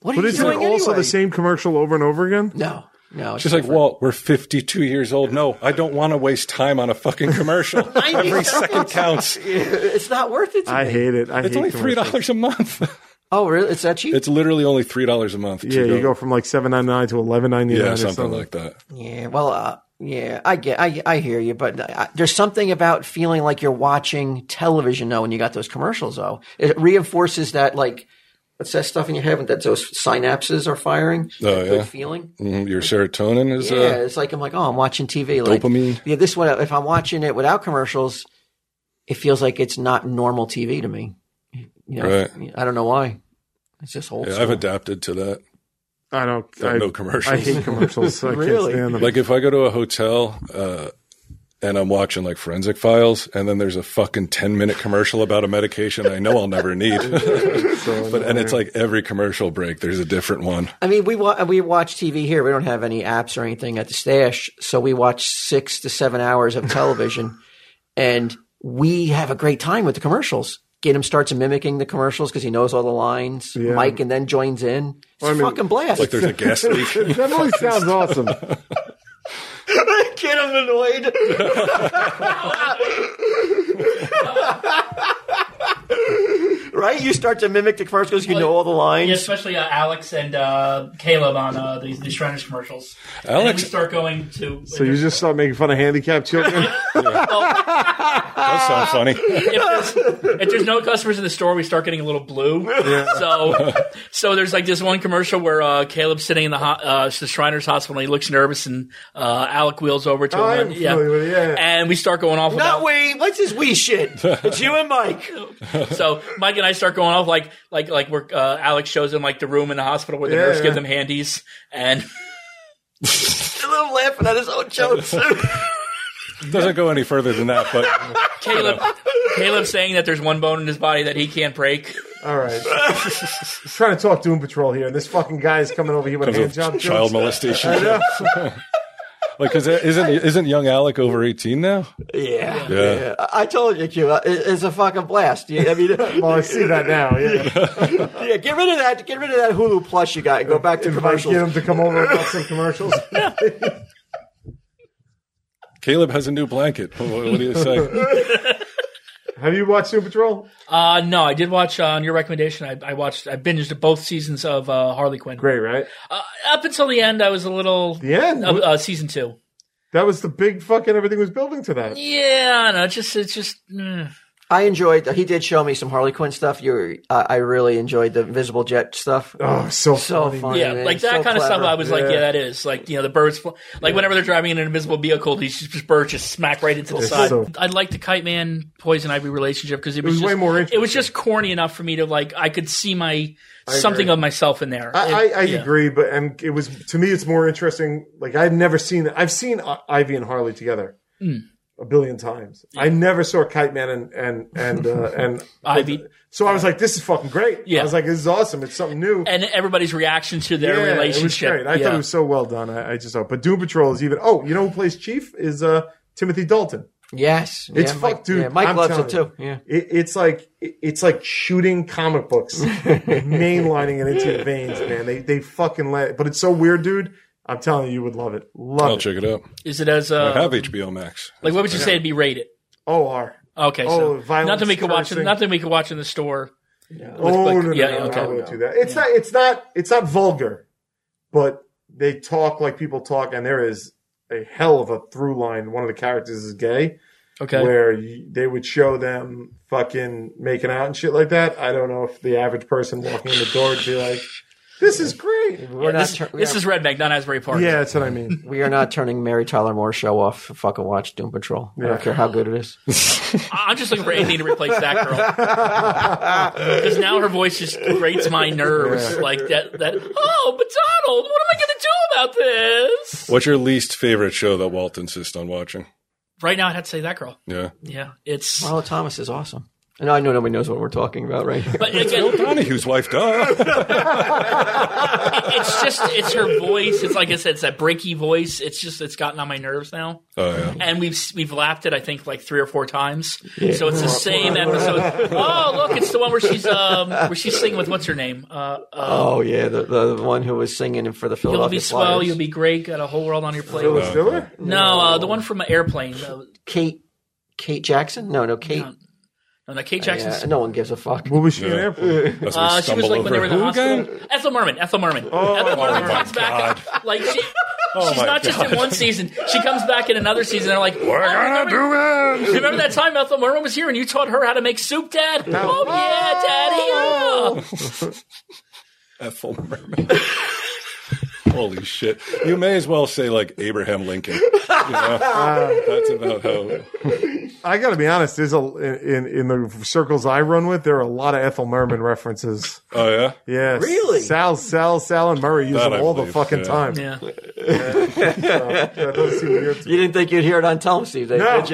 Speaker 2: What are
Speaker 3: But
Speaker 2: you
Speaker 3: is it
Speaker 2: doing
Speaker 3: also
Speaker 2: anyway?
Speaker 3: the same commercial over and over again?
Speaker 2: No, no. It's
Speaker 1: She's like, Walt, we're 52 years old. No, I don't want to waste time on a fucking commercial. Every second counts.
Speaker 2: it's not worth it. To
Speaker 3: I
Speaker 2: me.
Speaker 3: hate it. I
Speaker 1: It's
Speaker 3: hate
Speaker 1: only three
Speaker 3: commercials.
Speaker 1: dollars a month.
Speaker 2: Oh, really? It's that cheap?
Speaker 1: It's literally only three dollars a month. to
Speaker 3: Yeah, you go from like seven ninety nine to eleven ninety nine
Speaker 1: yeah,
Speaker 3: or
Speaker 1: something,
Speaker 3: something.
Speaker 1: like that.
Speaker 2: yeah. Well, uh, yeah. I get. I I hear you, but I, there's something about feeling like you're watching television now when you got those commercials. Though it reinforces that like. What's that stuff in your head that those synapses are firing?
Speaker 1: Oh,
Speaker 2: That good
Speaker 1: yeah.
Speaker 2: feeling.
Speaker 1: Mhm, Your serotonin is.
Speaker 2: Yeah,
Speaker 1: Uh,
Speaker 2: it's like I'm like, oh, I'm watching TV. Like,
Speaker 1: Dopamine.
Speaker 2: Yeah, this one. If I'm watching it without commercials, it feels like it's not normal TV to me. You know,
Speaker 1: Right.
Speaker 2: I don't know why. It's just old.
Speaker 1: yeah,
Speaker 2: school.
Speaker 1: I've adapted to that.
Speaker 3: I don't.
Speaker 1: Got
Speaker 3: I,
Speaker 1: no commercials.
Speaker 3: I hate commercials. I can't
Speaker 2: Really?
Speaker 3: stand them.
Speaker 1: Like if I go to a hotel uh, and I'm watching like Forensic Files, and then there's a fucking ten minute commercial about a medication I know I'll never need, but and it's like every commercial break there's a different one.
Speaker 2: I mean, we wa- we watch TV here. We don't have any apps or anything at the stash, so we watch six to seven hours of television, and we have a great time with the commercials. Gidim starts mimicking the commercials because he knows all the lines. Mike and then joins in. It's a fucking blast.
Speaker 1: Like there's a gas leak.
Speaker 3: that always sounds awesome.
Speaker 2: Get him annoyed. right? You start to mimic the commercials 'cause you know all the lines.
Speaker 5: Yeah, especially uh, Alex and uh, Caleb on uh, these, these Shriners commercials. And then we
Speaker 1: Alex
Speaker 5: start going to.
Speaker 3: So you just start making fun of handicapped children.
Speaker 1: does sound funny.
Speaker 5: if there's, if there's no customers in the store, we start getting a little blue. So, so there's like this one commercial where uh, Caleb's sitting in the ho- uh, the Shriners Hospital and he looks nervous, and uh, Alec wheels over to
Speaker 3: Oh,
Speaker 5: him.
Speaker 3: I am
Speaker 5: and, yeah.
Speaker 3: familiar with it, yeah.
Speaker 5: and we start going off.
Speaker 2: Not
Speaker 5: about,
Speaker 2: we. What's this we shit? It's you and Mike.
Speaker 5: so Mike and I start going off like like like we're uh, Alex shows him like the room in the hospital where the
Speaker 3: Yeah,
Speaker 5: nurse
Speaker 3: yeah.
Speaker 5: gives him handies, and
Speaker 2: Still him laughing at his own jokes.
Speaker 1: Doesn't go any further than that, but
Speaker 5: Caleb Caleb saying that there's one bone in his body that he can't break.
Speaker 3: All right. I'm trying to talk Doom Patrol here, and this fucking guy is coming over here with a hand
Speaker 1: there's
Speaker 3: job.
Speaker 1: a child molestation. like, cause isn't isn't young Alec over eighteen now?
Speaker 2: yeah.
Speaker 1: Yeah.
Speaker 2: I I told you, Q. uh, it- It's a fucking blast. You- I mean,
Speaker 3: Well, Oh, I see that now. Yeah,
Speaker 2: yeah, get rid of that. Get rid of that Hulu Plus you got and go back to
Speaker 3: if I get
Speaker 2: commercials.
Speaker 3: him to come over and watch some commercials.
Speaker 1: Caleb has a new blanket. What, what do you say?
Speaker 3: Have you watched Doom Patrol?
Speaker 5: Uh, no, I did watch uh, on your recommendation. I, I watched I binged both seasons of uh, Harley Quinn.
Speaker 3: Great, right?
Speaker 5: Up until the end, I was a little
Speaker 3: The end.
Speaker 5: of uh, season two.
Speaker 3: That was the big fucking everything was building to that.
Speaker 5: Yeah, I know. It's just, it's just. mm.
Speaker 2: I enjoyed. He did show me some Harley Quinn stuff. You're, I I really enjoyed the Invisible Jet stuff.
Speaker 3: Oh, so,
Speaker 2: so
Speaker 3: funny.
Speaker 2: funny.
Speaker 5: Yeah,
Speaker 2: man.
Speaker 5: like that
Speaker 2: So
Speaker 5: kind of stuff.
Speaker 2: clever.
Speaker 5: I was like,
Speaker 3: Yeah.
Speaker 5: yeah, that is like you know the birds. Fl- like whenever they're driving in an invisible vehicle, these just birds just smack right into the
Speaker 3: It's
Speaker 5: side.
Speaker 3: so-
Speaker 5: I liked the Kite Man Poison Ivy relationship because it was,
Speaker 3: was
Speaker 5: just,
Speaker 3: way more
Speaker 5: It was just corny enough for me to like. I could see my something
Speaker 3: agree.
Speaker 5: of myself in there. It-
Speaker 3: I, I, I
Speaker 5: yeah.
Speaker 3: agree, but um, it was to me it's more interesting. Like I've never seen I've seen I- Ivy and Harley together
Speaker 5: Hmm.
Speaker 3: a billion times. I never saw Kite Man and and and uh, and
Speaker 5: Ivy.
Speaker 3: So I was like, this is fucking great. I
Speaker 5: Uh, Yeah.
Speaker 3: was like, this is awesome. It's something new.
Speaker 5: And everybody's reaction to their
Speaker 3: Yeah,
Speaker 5: relationship.
Speaker 3: It was great. I thought
Speaker 5: Yeah.
Speaker 3: it was so well done. I, I just thought. But Doom Patrol is even. Oh, you know who plays Chief is uh, Timothy Dalton.
Speaker 2: yes,
Speaker 3: It's
Speaker 2: yeah,
Speaker 3: fucked,
Speaker 2: Mike,
Speaker 3: dude.
Speaker 2: Yeah, Mike
Speaker 3: I'm
Speaker 2: loves
Speaker 3: telling
Speaker 2: it
Speaker 3: you.
Speaker 2: too. Yeah,
Speaker 3: It, it's like it- it's like shooting comic books, mainlining it into your veins, man. They they fucking let. It. But it's so weird, dude. I'm telling you, you would love it. Love
Speaker 1: I'll
Speaker 3: it.
Speaker 1: check it out.
Speaker 5: Is it as
Speaker 1: I
Speaker 5: uh,
Speaker 1: have HBO Max.
Speaker 5: like what would you say it'd be rated?
Speaker 3: OR.
Speaker 5: Okay,
Speaker 3: Oh,
Speaker 5: so
Speaker 3: violence,
Speaker 5: nothing we could watch.
Speaker 3: cursing.
Speaker 5: Nothing we could watch in the store.
Speaker 3: oh
Speaker 5: like-
Speaker 3: no, no,
Speaker 5: yeah,
Speaker 3: no, no,
Speaker 5: okay.
Speaker 3: I wouldn't do that. It's not. It's not. It's not vulgar, but they talk like people talk, and there is a hell of a through line. One of the characters is gay,
Speaker 5: Okay,
Speaker 3: where y they would show them fucking making out and shit like that. I don't know if the average person walking in the door would be like, "This is great."
Speaker 2: we're not.
Speaker 5: this,
Speaker 2: tur- we,
Speaker 5: this
Speaker 2: are,
Speaker 5: is Red Bank, not Asbury Park.
Speaker 3: Yeah, that's what I mean.
Speaker 2: we are not turning Mary Tyler Moore show off. for Fucking watch Doom Patrol. I
Speaker 3: Yeah.
Speaker 2: don't care how good it is.
Speaker 5: I- I'm just looking for anything to replace that girl because now her voice just grates my nerves like that. That oh, but Donald, what am I going to do about this?
Speaker 1: What's your least favorite show that Walt insists on watching?
Speaker 5: Right now, I'd have to say that girl.
Speaker 1: Yeah.
Speaker 5: Yeah, it's
Speaker 2: Marlo Thomas is awesome. And I know nobody knows what we're talking about right here.
Speaker 5: but again,
Speaker 1: Donahue's wife died.
Speaker 5: it's just it's her voice. It's like I said, it's that breaky voice. It's just it's gotten on my nerves now.
Speaker 1: Oh, yeah.
Speaker 5: and we've we've laughed it I think like three or four times. So it's the same episode. Oh, look, it's the one where she's um where she's singing with what's her name? Uh, uh
Speaker 2: Oh yeah, the, the the one who was singing for the
Speaker 5: you'll be
Speaker 2: Philadelphia
Speaker 5: swell,
Speaker 2: Flyers.
Speaker 5: you'll be great, got a whole world on your plate.
Speaker 3: Phyllis Diller?
Speaker 5: No, uh, the one from Airplane. Uh,
Speaker 2: Kate Kate Jackson? No, no, Kate.
Speaker 5: No, no, no, Kate
Speaker 2: Yeah,
Speaker 5: Jackson's.
Speaker 2: no one gives a fuck.
Speaker 3: What was she in
Speaker 1: Yeah.
Speaker 3: airport?
Speaker 1: That's when we
Speaker 5: Uh, she was
Speaker 1: stumble
Speaker 5: like when they
Speaker 1: over
Speaker 5: were in the
Speaker 1: who
Speaker 5: hospital.
Speaker 1: again? Oh
Speaker 5: Ethel Merman. Ethel Merman. Ethel Merman
Speaker 1: my Oh
Speaker 5: comes back. Like she, she's
Speaker 1: my
Speaker 5: not just in one season. She comes back in another season. They're like,
Speaker 1: We're
Speaker 5: "Oh,
Speaker 1: gonna
Speaker 5: remember-
Speaker 1: do it.
Speaker 5: Remember that time Ethel Merman was here and you taught her how to make soup, Dad? Oh,
Speaker 1: Oh.
Speaker 5: yeah, Daddy. Yeah.
Speaker 1: Ethel Merman. Holy shit! You may as well say like Abraham Lincoln. You know? That's about how.
Speaker 3: I got to be honest. There's a in in the circles I run with. There are a lot of Ethel Merman references.
Speaker 1: Oh yeah.
Speaker 3: Yeah,
Speaker 2: Really?
Speaker 3: Sal, Sal, Sal, and Murray use
Speaker 1: That
Speaker 3: them
Speaker 1: I
Speaker 3: all the
Speaker 1: believe,
Speaker 3: fucking
Speaker 1: yeah.
Speaker 3: time.
Speaker 5: Yeah.
Speaker 3: That doesn't seem weird to me.
Speaker 2: You didn't think you'd hear it on Telmsy, Day,
Speaker 3: No,
Speaker 2: did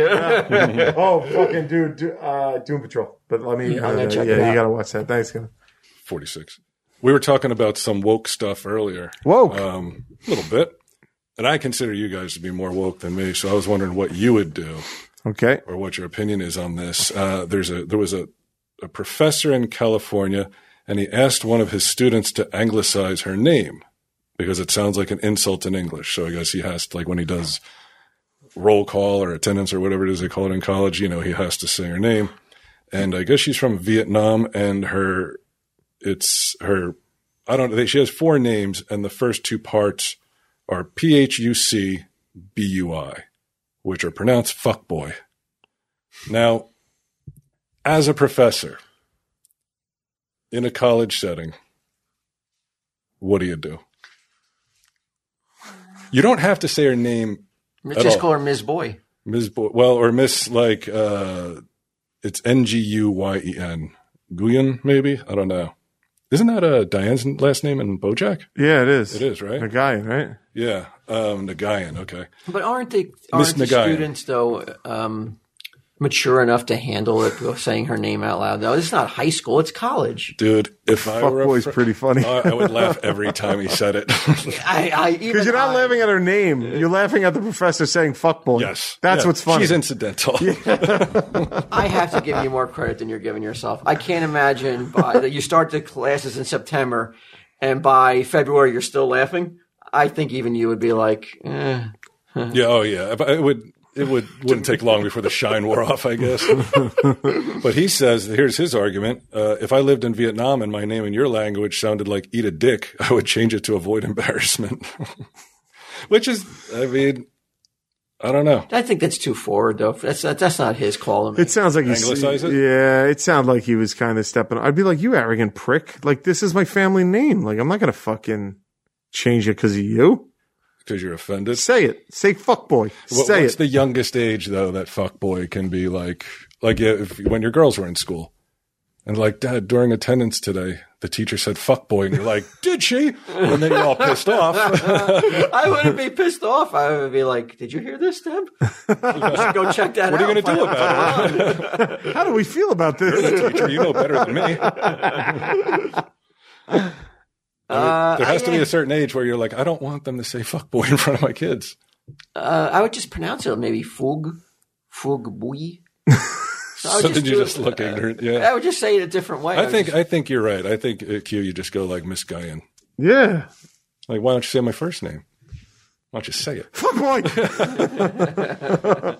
Speaker 2: you?
Speaker 3: Oh, fucking dude, do, uh, Doom Patrol. But let me, uh,
Speaker 2: I'm gonna
Speaker 3: yeah,
Speaker 2: check it
Speaker 3: you
Speaker 2: out.
Speaker 3: gotta watch that. Thanks, Ken.
Speaker 1: 46. We were talking about some woke stuff earlier.
Speaker 3: Woke.
Speaker 1: Um, a little bit. And I consider you guys to be more woke than me. So I was wondering what you would do
Speaker 3: Okay.
Speaker 1: or what your opinion is on this. Uh, there's a, there was a, a professor in California and he asked one of his students to anglicize her name because it sounds like an insult in English. So I guess he has to, like when he does roll call or attendance or whatever it is they call it in college, you know, he has to say her name. And I guess she's from Vietnam and her it's her I don't know. She has four names, and the first two parts are P H U C B U I, which are pronounced fuckboy. Now, as a professor in a college setting, what do you do? You don't have to say her name,
Speaker 2: Just
Speaker 1: all.
Speaker 2: call her Ms. Boy.
Speaker 1: Ms. Boy, well, or Miss, like, uh, it's N G U Y E N. Guyen, maybe? I don't know. Isn't that uh, Diane's last name in Bojack?
Speaker 3: Yeah, it is.
Speaker 1: It is, right?
Speaker 3: A guy, right?
Speaker 1: Yeah, um, Nagayan. Okay,
Speaker 2: But aren't the
Speaker 1: Miss
Speaker 2: aren't the
Speaker 1: Nagayan.
Speaker 2: students though um, mature enough to handle it of saying her name out loud? Though it's not high school; it's college.
Speaker 1: dude. If I were a
Speaker 3: Fuckboy's
Speaker 1: fr-
Speaker 3: pretty funny.
Speaker 1: I, I would laugh every time he said it.
Speaker 2: I, I even
Speaker 3: Because you're not
Speaker 2: I-
Speaker 3: laughing at her name. You're laughing at the professor saying fuckboy.
Speaker 1: Uh, yes,
Speaker 3: That's
Speaker 1: Yeah.
Speaker 3: what's funny.
Speaker 1: She's incidental.
Speaker 2: I have to give you more credit than you're giving yourself. I can't imagine by, that you start the classes in September, and by February you're still laughing. I think even you would be like, eh.
Speaker 1: Yeah, oh yeah. But it would it would wouldn't take long before the shine wore off, I guess. but he says here's his argument. Uh, if I lived in Vietnam and my name in your language sounded like eat a dick, I would change it to avoid embarrassment. Which is I mean I don't know.
Speaker 2: I think that's too forward, though. That's that's not his call. To make.
Speaker 3: It sounds like he's
Speaker 1: Anglicize it?
Speaker 3: yeah. It sounded like he was kind of stepping. I'd be like, you arrogant prick! Like this is my family name. Like I'm not gonna fucking change it because of you.
Speaker 1: Because you're offended.
Speaker 3: Say it. Say fuck boy.
Speaker 1: What-
Speaker 3: Say
Speaker 1: what's
Speaker 3: it.
Speaker 1: the youngest age though that fuck boy can be like? Like if, when your girls were in school, and like dad during attendance today, the teacher said fuck boy, and you're like, did she? And then you're all pissed off.
Speaker 2: I wouldn't be pissed off. I would be like, "Did you hear this, Deb? You should go check that
Speaker 1: what
Speaker 2: out.
Speaker 1: are you going to
Speaker 2: Find
Speaker 1: do
Speaker 2: out what's
Speaker 1: about
Speaker 2: going on."
Speaker 3: How do we feel about this?
Speaker 1: it? Teacher, you know better than me.
Speaker 2: Uh,
Speaker 1: There has
Speaker 2: I-
Speaker 1: to be a certain age where you're like, I don't want them to say fuck boy in front of my kids.
Speaker 2: Uh, I would just pronounce it maybe fug, fug bui. So I would
Speaker 1: So then you
Speaker 2: do it-
Speaker 1: just look ignorant.
Speaker 2: I
Speaker 1: Yeah.
Speaker 2: would just say it a different way.
Speaker 1: I
Speaker 2: would
Speaker 1: think
Speaker 2: just-
Speaker 1: I think you're right. I think at Q you just go like Miss Guyan.
Speaker 3: yeah.
Speaker 1: Like, why don't you say my first name? Why don't you say it?
Speaker 3: Fuck boy.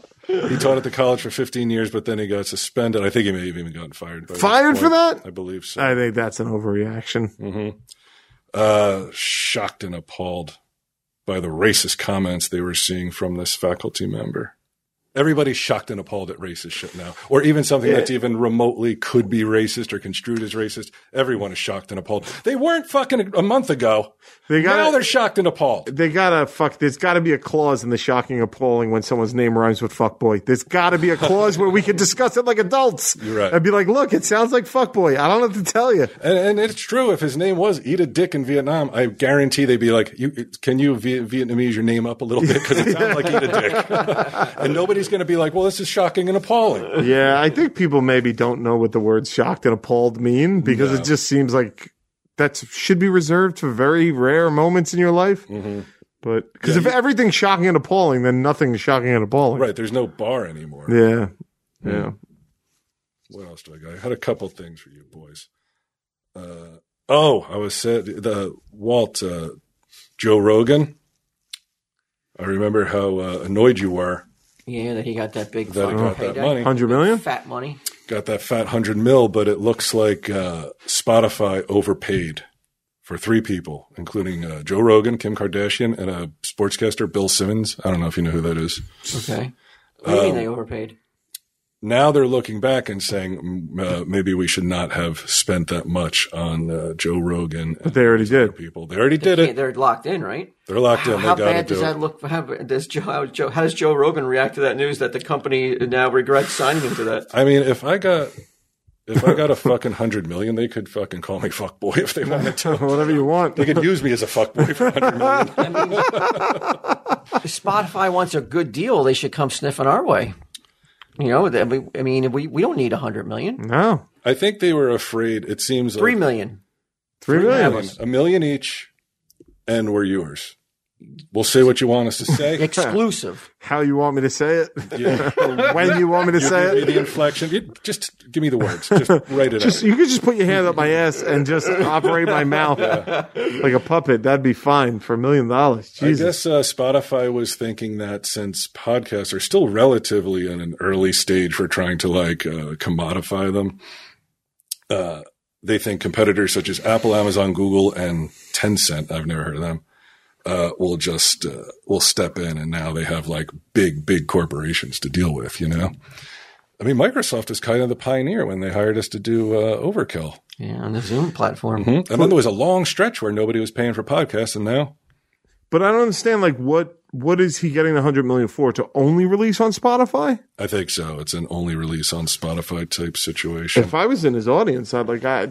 Speaker 1: He taught at the college for 15 years, but then he got suspended. I think he may have even gotten fired. by that
Speaker 3: Fired for
Speaker 1: point.
Speaker 3: that?
Speaker 1: I believe so.
Speaker 3: I think that's an overreaction.
Speaker 1: Hmm. uh, shocked and appalled by the racist comments they were seeing from this faculty member. Everybody's shocked and appalled at racist shit now, or even something that's even remotely could be racist or construed as racist. Everyone is shocked and appalled. They weren't fucking a month ago.
Speaker 3: They got
Speaker 1: now they're shocked and appalled.
Speaker 3: they gotta fuck. There's gotta be a clause in the shocking appalling when someone's name rhymes with fuck boy. There's gotta be a clause where we can discuss it like adults. You're
Speaker 1: right.
Speaker 3: And be like, look, it sounds like fuck boy. I don't have to tell you.
Speaker 1: And, and it's true. If his name was Eat a Dick in Vietnam, I guarantee they'd be like, you, "Can you Viet- Vietnamese your name up a little bit because it sounds like Eat a Dick?" and nobody's going to be like, "Well, this is shocking and appalling."
Speaker 3: Yeah, I think people maybe don't know what the words shocked and appalled mean because it just seems like that should be reserved for very rare moments in your life. But because if everything's shocking and appalling, then nothing's shocking and appalling.
Speaker 1: Right? There's no bar anymore.
Speaker 3: Yeah. Yeah.
Speaker 1: what else do I got? I had a couple things for you boys. Uh, oh, I was said the Walt uh, Joe Rogan. I remember how uh, annoyed you were
Speaker 2: yeah, that he got that big
Speaker 1: that he
Speaker 2: fucking
Speaker 1: got that
Speaker 2: payday.
Speaker 1: money,
Speaker 3: 100 million?
Speaker 2: fat money.
Speaker 1: got that fat hundred mil, but it looks like uh, Spotify overpaid for three people, including uh, Joe Rogan, Kim Kardashian, and a sportscaster, Bill Simmons. I don't know if you know who that is.
Speaker 2: Okay,
Speaker 1: Uh,
Speaker 2: what do you mean they overpaid?
Speaker 1: now they're looking back and saying mm, uh, maybe we should not have spent that much on uh, Joe Rogan. But
Speaker 3: They already did.
Speaker 1: people. They already did
Speaker 2: Yeah,
Speaker 1: it.
Speaker 2: they're locked in, right?
Speaker 1: They're locked in.
Speaker 2: how
Speaker 1: uh, They got to
Speaker 2: bad does
Speaker 1: do
Speaker 2: that
Speaker 1: it.
Speaker 2: look? How, does Joe, how, Joe, how does Joe Rogan react to that news that the company now regrets signing him to that?
Speaker 1: I mean, if I got if I got a fucking hundred million, they could fucking call me fuckboy if they wanted to.
Speaker 3: Whatever you want.
Speaker 1: They could use me as a fuckboy for a hundred million.
Speaker 2: I mean, if Spotify wants a good deal, they should come sniffing our way. You know, that we, I mean, we, we don't need a hundred
Speaker 1: Mm.
Speaker 2: million,
Speaker 3: No.
Speaker 1: I think they were afraid. It seems
Speaker 2: three
Speaker 1: like
Speaker 2: million.
Speaker 3: Three million.
Speaker 1: a million each, and we're yours. We'll say what you want us to say.
Speaker 2: exclusive.
Speaker 3: How you want me to say it?
Speaker 1: Yeah.
Speaker 3: when you want me to
Speaker 1: Give
Speaker 3: say
Speaker 1: me
Speaker 3: it?
Speaker 1: the inflection. You- Just give me the words. Just write it
Speaker 3: Just
Speaker 1: out.
Speaker 3: you could just put your hand up my ass and just operate my mouth like a puppet. That'd be fine for a million dollars.
Speaker 1: I
Speaker 3: Jesus.
Speaker 1: guess uh, Spotify was thinking that since podcasts are still relatively in an early stage for trying to like uh, commodify them, uh, they think competitors such as Apple, Amazon, Google, and Tencent, I've never heard of them, uh, will just uh, will step in, and now they have like big, big corporations to deal with. You know, I mean, Microsoft is kind of the pioneer when they hired us to do uh, Overkill.
Speaker 2: Yeah, on the Zoom platform.
Speaker 1: And then there was a long stretch where nobody was paying for podcasts, and now
Speaker 3: But I don't understand like what what is he getting the hundred million for to only release on Spotify?
Speaker 1: I think so. It's an only release on Spotify type situation.
Speaker 3: If I was in his audience, I'd like I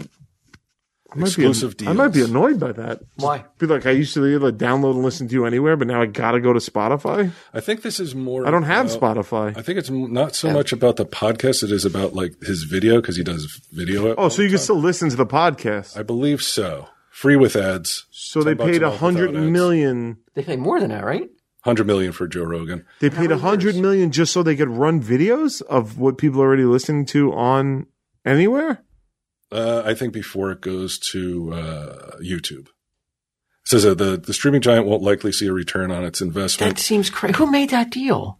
Speaker 3: I might, be,
Speaker 1: Exclusive
Speaker 3: I might be
Speaker 1: deals.
Speaker 3: annoyed by that.
Speaker 2: Why?
Speaker 3: Be like, I used to be able to download and listen to you anywhere, but now I gotta go to Spotify.
Speaker 1: I think this is more.
Speaker 3: I don't have
Speaker 1: about- I
Speaker 3: Spotify.
Speaker 1: think it's m- not so much about the podcast. It is about like his video because he does video.
Speaker 3: Oh, so you can still listen to the podcast.
Speaker 1: I believe so. Free with ads.
Speaker 3: So they
Speaker 1: 10 bucks
Speaker 3: paid
Speaker 1: a
Speaker 3: a
Speaker 1: month
Speaker 3: hundred
Speaker 1: without ads.
Speaker 3: million.
Speaker 2: They pay more than that, right?
Speaker 1: Hundred million for Joe Rogan.
Speaker 3: They paid a hundred million just so they could run videos of what people are already listening to on anywhere.
Speaker 1: Uh, I think before it goes to uh, YouTube. It says that the, the streaming giant won't likely see a return on its
Speaker 2: That
Speaker 1: investment.
Speaker 2: seems crazy. Who made that deal?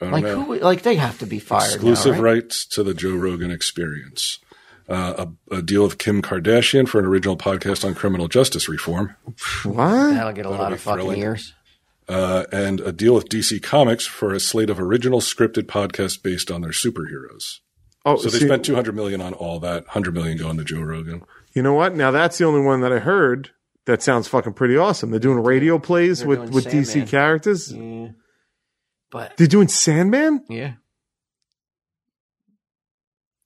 Speaker 1: I don't
Speaker 2: Like
Speaker 1: know.
Speaker 2: who? Like they have to be fired.
Speaker 1: exclusive
Speaker 2: now, right?
Speaker 1: rights to the Joe Rogan Experience. Uh, a, a deal with Kim Kardashian for an original podcast on criminal justice reform.
Speaker 3: What?
Speaker 2: That'll get a lot of fucking
Speaker 1: thrilling.
Speaker 2: ears.
Speaker 1: uh, and a deal with DC Comics for a slate of original scripted podcasts based on their superheroes.
Speaker 6: Oh,
Speaker 1: So they
Speaker 6: see-
Speaker 1: spent 200 million on all that, 100 million going to Joe Rogan.
Speaker 6: You know what? Now that's the only one that I heard that sounds fucking pretty awesome. They're doing radio plays
Speaker 2: They're
Speaker 6: with,
Speaker 2: doing
Speaker 6: with DC
Speaker 2: Sandman. Mm.
Speaker 6: characters.
Speaker 2: Yeah. But
Speaker 6: They're doing Sandman?
Speaker 2: yeah.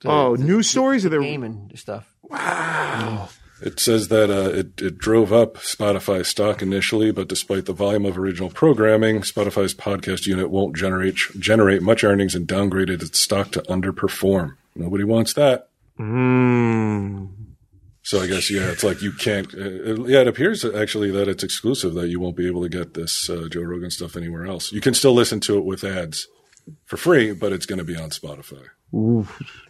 Speaker 6: Oh, news stories
Speaker 2: the,
Speaker 6: or they're-
Speaker 2: gaming stuff.
Speaker 6: Wow.
Speaker 1: It says that uh, it, it drove up Spotify stock initially, but despite the volume of original programming, Spotify's podcast unit won't generate generate much earnings and downgraded its stock to underperform. Nobody wants that.
Speaker 6: Mm.
Speaker 1: So I guess yeah, it's like you can't. Uh, yeah, it appears actually that it's exclusive that you won't be able to get this uh, Joe Rogan stuff anywhere else. You can still listen to it with ads for free, but it's going to be on Spotify.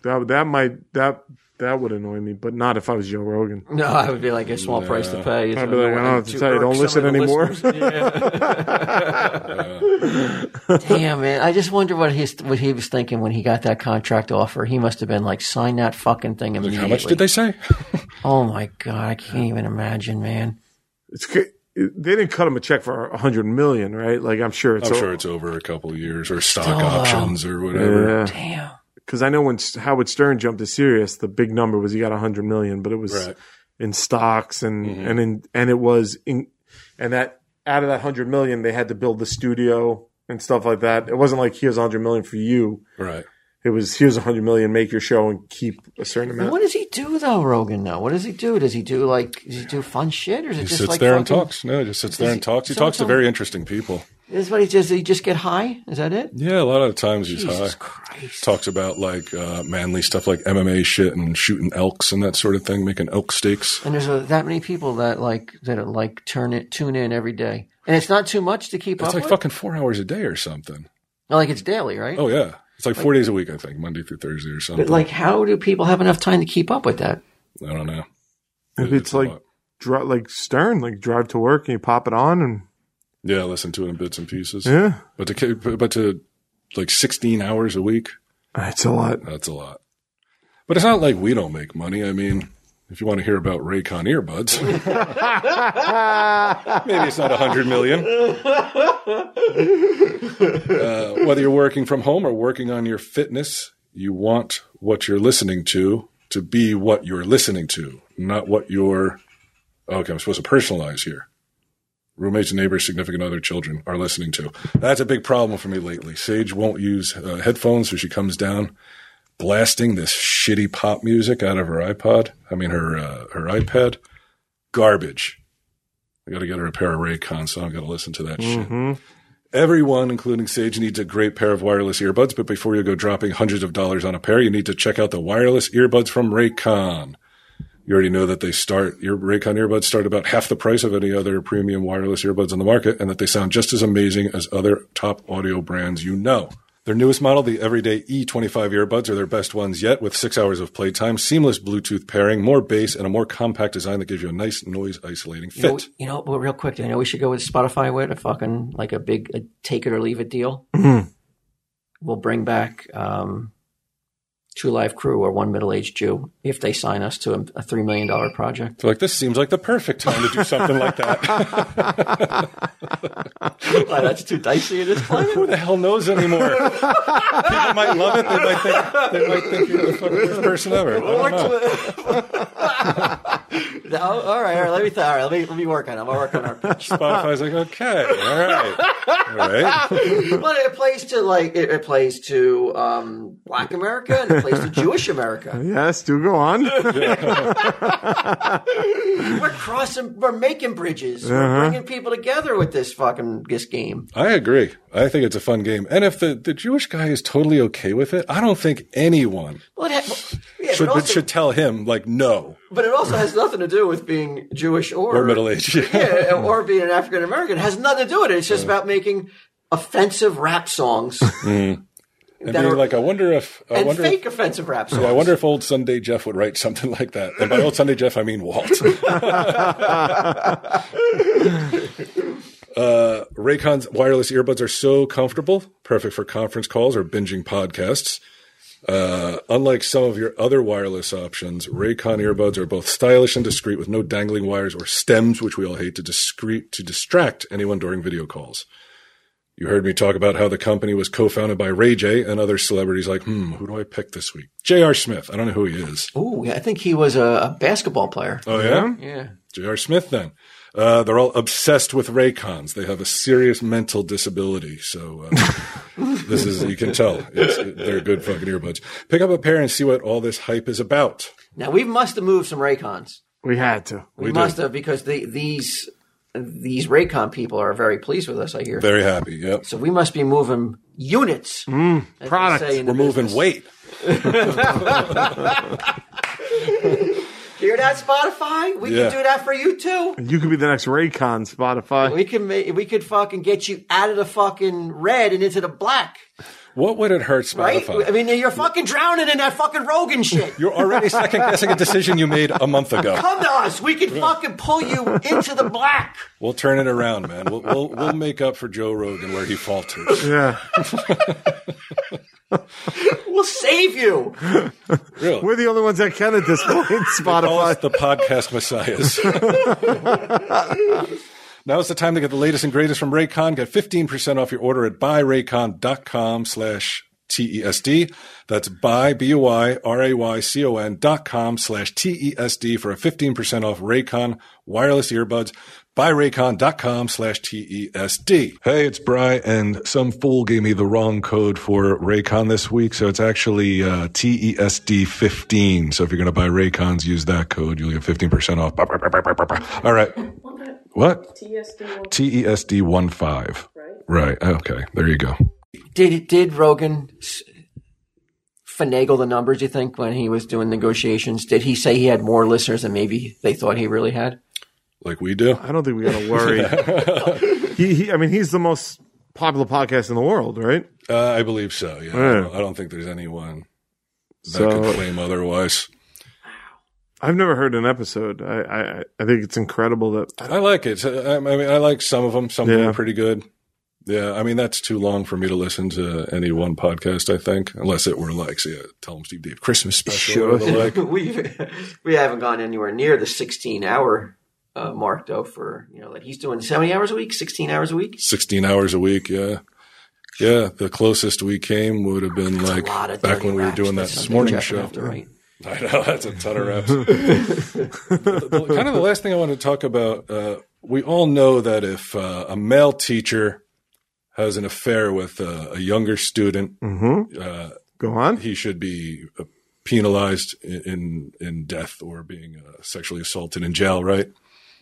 Speaker 6: That that might that that would annoy me, but not if I was Joe Rogan.
Speaker 2: No, I would be like a small price to pay. It's
Speaker 6: I'd be like, I don't
Speaker 2: another one
Speaker 6: have to
Speaker 2: irk
Speaker 6: tell you, don't
Speaker 2: some
Speaker 6: listen
Speaker 2: of the
Speaker 6: anymore.
Speaker 2: listeners. Damn man, I just wonder what his what he was thinking when he got that contract offer. He must have been like, sign that fucking thing immediately.
Speaker 1: How much did they say?
Speaker 2: Oh my god, I can't even imagine, man.
Speaker 6: It's ca- they didn't cut him a check for a hundred million, right? Like I'm sure it's
Speaker 1: I'm
Speaker 6: o-
Speaker 1: sure it's over a couple of years or stock options or whatever.
Speaker 6: yeah.
Speaker 2: Damn.
Speaker 6: Because I know when S- Howard Stern jumped to Sirius, the big number was he got a hundred million, but it was
Speaker 1: Right. Mm-hmm.
Speaker 6: in stocks and and in and it was in and that out of that hundred million, they had to build the studio and stuff like that. It wasn't like here's a hundred million for you.
Speaker 1: Right.
Speaker 6: It was here's a hundred million, make your show and keep a certain amount.
Speaker 2: What does he do though, Rogan? Though, what does he do? Does he do like does he do fun shit, or is it
Speaker 1: He
Speaker 2: just
Speaker 1: sits
Speaker 2: like
Speaker 1: there and
Speaker 2: fucking-
Speaker 1: talks. No, he just sits there and talks. He
Speaker 2: some-
Speaker 1: talks to
Speaker 2: some-
Speaker 1: very interesting people.
Speaker 2: Is what he does? He just get high? Is that it?
Speaker 1: Yeah, a lot of times he's
Speaker 2: Jesus
Speaker 1: high.
Speaker 2: Christ!
Speaker 1: Talks about like uh, manly stuff, like MMA shit and shooting elks and that sort of thing, making elk steaks.
Speaker 2: And there's uh that many people that like that like turn it tune in every day, and it's not too much to keep
Speaker 1: It's
Speaker 2: up
Speaker 1: like
Speaker 2: with.
Speaker 1: fucking four hours a day or something.
Speaker 2: No, like it's daily, right?
Speaker 1: Oh yeah, it's like four days a week, I think, Monday through Thursday or something.
Speaker 2: But like, how do people have enough time to keep up with that?
Speaker 1: I don't know.
Speaker 6: If it's
Speaker 1: a
Speaker 6: like-
Speaker 1: lot.
Speaker 6: Dri- like Stern, like drive to work and you pop it on and
Speaker 1: yeah, listen to it in bits and pieces.
Speaker 6: yeah,
Speaker 1: But to ca- but to like sixteen hours a week,
Speaker 6: uh, it's a lot.
Speaker 1: That's a lot. But it's not like we don't make money. I mean, if you want to hear about Raycon earbuds, maybe it's not a hundred million. Uh, whether you're working from home or working on your fitness, you want what you're listening to to be what you're listening to, not what you're. Okay, I'm supposed to personalize here. Roommates, neighbors, significant other, children are listening to. That's a big problem for me lately. Sage won't use uh, headphones, so she comes down blasting this shitty pop music out of her iPod. I mean, her uh, her iPad. Garbage. I got to get her a pair of Raycons, so I'm going to listen to that
Speaker 2: Mm-hmm.
Speaker 1: shit. Everyone, including Sage, needs a great pair of wireless earbuds. But before you go dropping hundreds of dollars on a pair, you need to check out the wireless earbuds from Raycon. You already know that they start your Raycon earbuds start about half the price of any other premium wireless earbuds on the market, and that they sound just as amazing as other top audio brands you know. Their newest model, the Everyday E25 earbuds, are their best ones yet, with six hours of playtime, seamless Bluetooth pairing, more bass, and a more compact design that gives you a nice noise isolating
Speaker 2: You know,
Speaker 1: fit.
Speaker 2: you know, well, real quick, you know, we should go with Spotify with a fucking like a big a take it or leave it deal. We'll bring back um, True Live Crew or one middle aged Jew if they sign us to a, a three million dollar project.
Speaker 1: So, like, this seems like the perfect time to do something like that.
Speaker 2: Why, that's too dicey at this point.
Speaker 1: Who the hell knows anymore? People might love it. They might think, they might think you're the fucking worst person ever. I don't know.
Speaker 2: No, all right, all right. Let me th- all right. Let me let me work on it. I'll work on our pitch.
Speaker 1: Spotify's like, okay, all right, all right.
Speaker 2: But it plays to like it, it plays to um, Black America and it plays to Jewish America.
Speaker 6: Yes, do go on.
Speaker 2: We're crossing. We're making bridges.
Speaker 1: Uh-huh.
Speaker 2: We're bringing people together with this fucking this game.
Speaker 1: I agree. I think it's a fun game. And if the, the Jewish guy is totally okay with it, I don't think anyone
Speaker 2: Well, it ha- yeah,
Speaker 1: should,
Speaker 2: but, also,
Speaker 1: should tell him, like, no,
Speaker 2: but it also has nothing to do with being Jewish or,
Speaker 1: we're middle aged.
Speaker 2: yeah, or being an African American. It has nothing to do with it. It's just about making offensive rap songs
Speaker 1: and
Speaker 2: that
Speaker 1: being
Speaker 2: are-
Speaker 1: like, I wonder if, I
Speaker 2: and
Speaker 1: wonder if,
Speaker 2: fake offensive rap songs.
Speaker 1: yeah, I wonder if old Sunday Jeff would write something like that. And by old Sunday Jeff, I mean Walt. uh, Raycon's wireless earbuds are so comfortable, perfect for conference calls or binging podcasts. Uh, unlike some of your other wireless options, Raycon earbuds are both stylish and discreet with no dangling wires or stems, which we all hate to discreet to distract anyone during video calls. You heard me talk about how the company was co-founded by Ray J and other celebrities like, hmm, who do I pick this week? J.R. Smith. I don't know who he is.
Speaker 2: Oh, yeah, I think he was a, a basketball player.
Speaker 1: Oh yeah?
Speaker 2: Yeah.
Speaker 1: J.R. Smith then. Uh, they're all obsessed with Raycons. They have a serious mental disability. So uh, this is, you can tell, it's, they're good fucking earbuds. Pick up a pair and see what all this hype is about.
Speaker 2: Now we must have moved some Raycons.
Speaker 6: We had to.
Speaker 2: We, must have because the, these these Raycon people are very pleased with us. I hear.
Speaker 1: Very happy. Yep.
Speaker 2: so we must be moving units. as they
Speaker 6: product.
Speaker 2: say in the
Speaker 1: We're moving
Speaker 2: business.
Speaker 1: weight.
Speaker 2: Hear that, Spotify? We
Speaker 1: Yeah.
Speaker 2: can do that for you too.
Speaker 6: You could be the next Raycon Spotify.
Speaker 2: We can make, we could fucking get you out of the fucking red and into the black,
Speaker 1: What would it hurt
Speaker 2: right?
Speaker 1: Spotify?
Speaker 2: I mean, you're fucking drowning in that fucking Rogan shit.
Speaker 1: You're already second guessing a decision you made a month ago.
Speaker 2: Come to us. We can fucking pull you into the black.
Speaker 1: We'll turn it around, man. We'll, we'll, we'll make up for Joe Rogan where he falters.
Speaker 6: Yeah.
Speaker 2: We'll save you.
Speaker 1: Really.
Speaker 6: We're the only ones that can at this point,
Speaker 1: Call us
Speaker 6: Spotify.
Speaker 1: the podcast messiahs. Now's the time to get the latest and greatest from Raycon. Get 15% off your order at buyraycon.com slash TESD. That's buy, B-U-Y-R-A-Y-C-O-N dot com slash TESD for a 15% off Raycon wireless earbuds. Buyraycon.com slash E TESD. Hey, it's Bry, and some fool gave me the wrong code for Raycon this week, so it's actually uh, TESD15. So if you're going to buy Raycons, use that code. You'll get 15% off. Bah, bah, bah, bah, bah, bah, bah. All right. What?
Speaker 7: TSD.
Speaker 1: T E S D one five. Right. Oh, Okay. There you go.
Speaker 2: Did did Rogan s- finagle the numbers? You think when he was doing negotiations, did he say he had more listeners than maybe they thought he really had?
Speaker 1: Like we do.
Speaker 6: I don't think we got to worry. he, he, I mean, he's the most popular podcast in the world, right?
Speaker 1: Uh, I believe so. Yeah. I, don't, I don't think there's anyone that could
Speaker 6: So-
Speaker 1: claim otherwise.
Speaker 6: I've never heard an episode. I, I, I think it's incredible that
Speaker 1: I like it. So, I, I mean, I like some of them. Some of them
Speaker 6: Yeah.
Speaker 1: are pretty good. Yeah. I mean, that's too long for me to listen to any one podcast. I think, unless it were like, say, a Tell 'em Steve Dave Christmas special. Or the like.
Speaker 2: we we haven't gone anywhere near the sixteen hour uh, mark though. For you know, like he's doing seventy hours a week, sixteen hours a week.
Speaker 1: 16 hours a week. Yeah. Yeah. The closest we came would have been like
Speaker 2: a lot of
Speaker 1: back
Speaker 2: dirty
Speaker 1: when we were
Speaker 2: raps
Speaker 1: doing that
Speaker 2: something
Speaker 1: this morning
Speaker 2: Jeff would
Speaker 1: show.
Speaker 2: have to write.
Speaker 1: I know that's a ton of reps. The- the- kind of the last thing I want to talk about. Uh, we all know that if uh, a male teacher has an affair with uh, a younger student,
Speaker 6: go on.
Speaker 1: he should be uh, penalized in, in in death or being uh, sexually assaulted in jail. Right?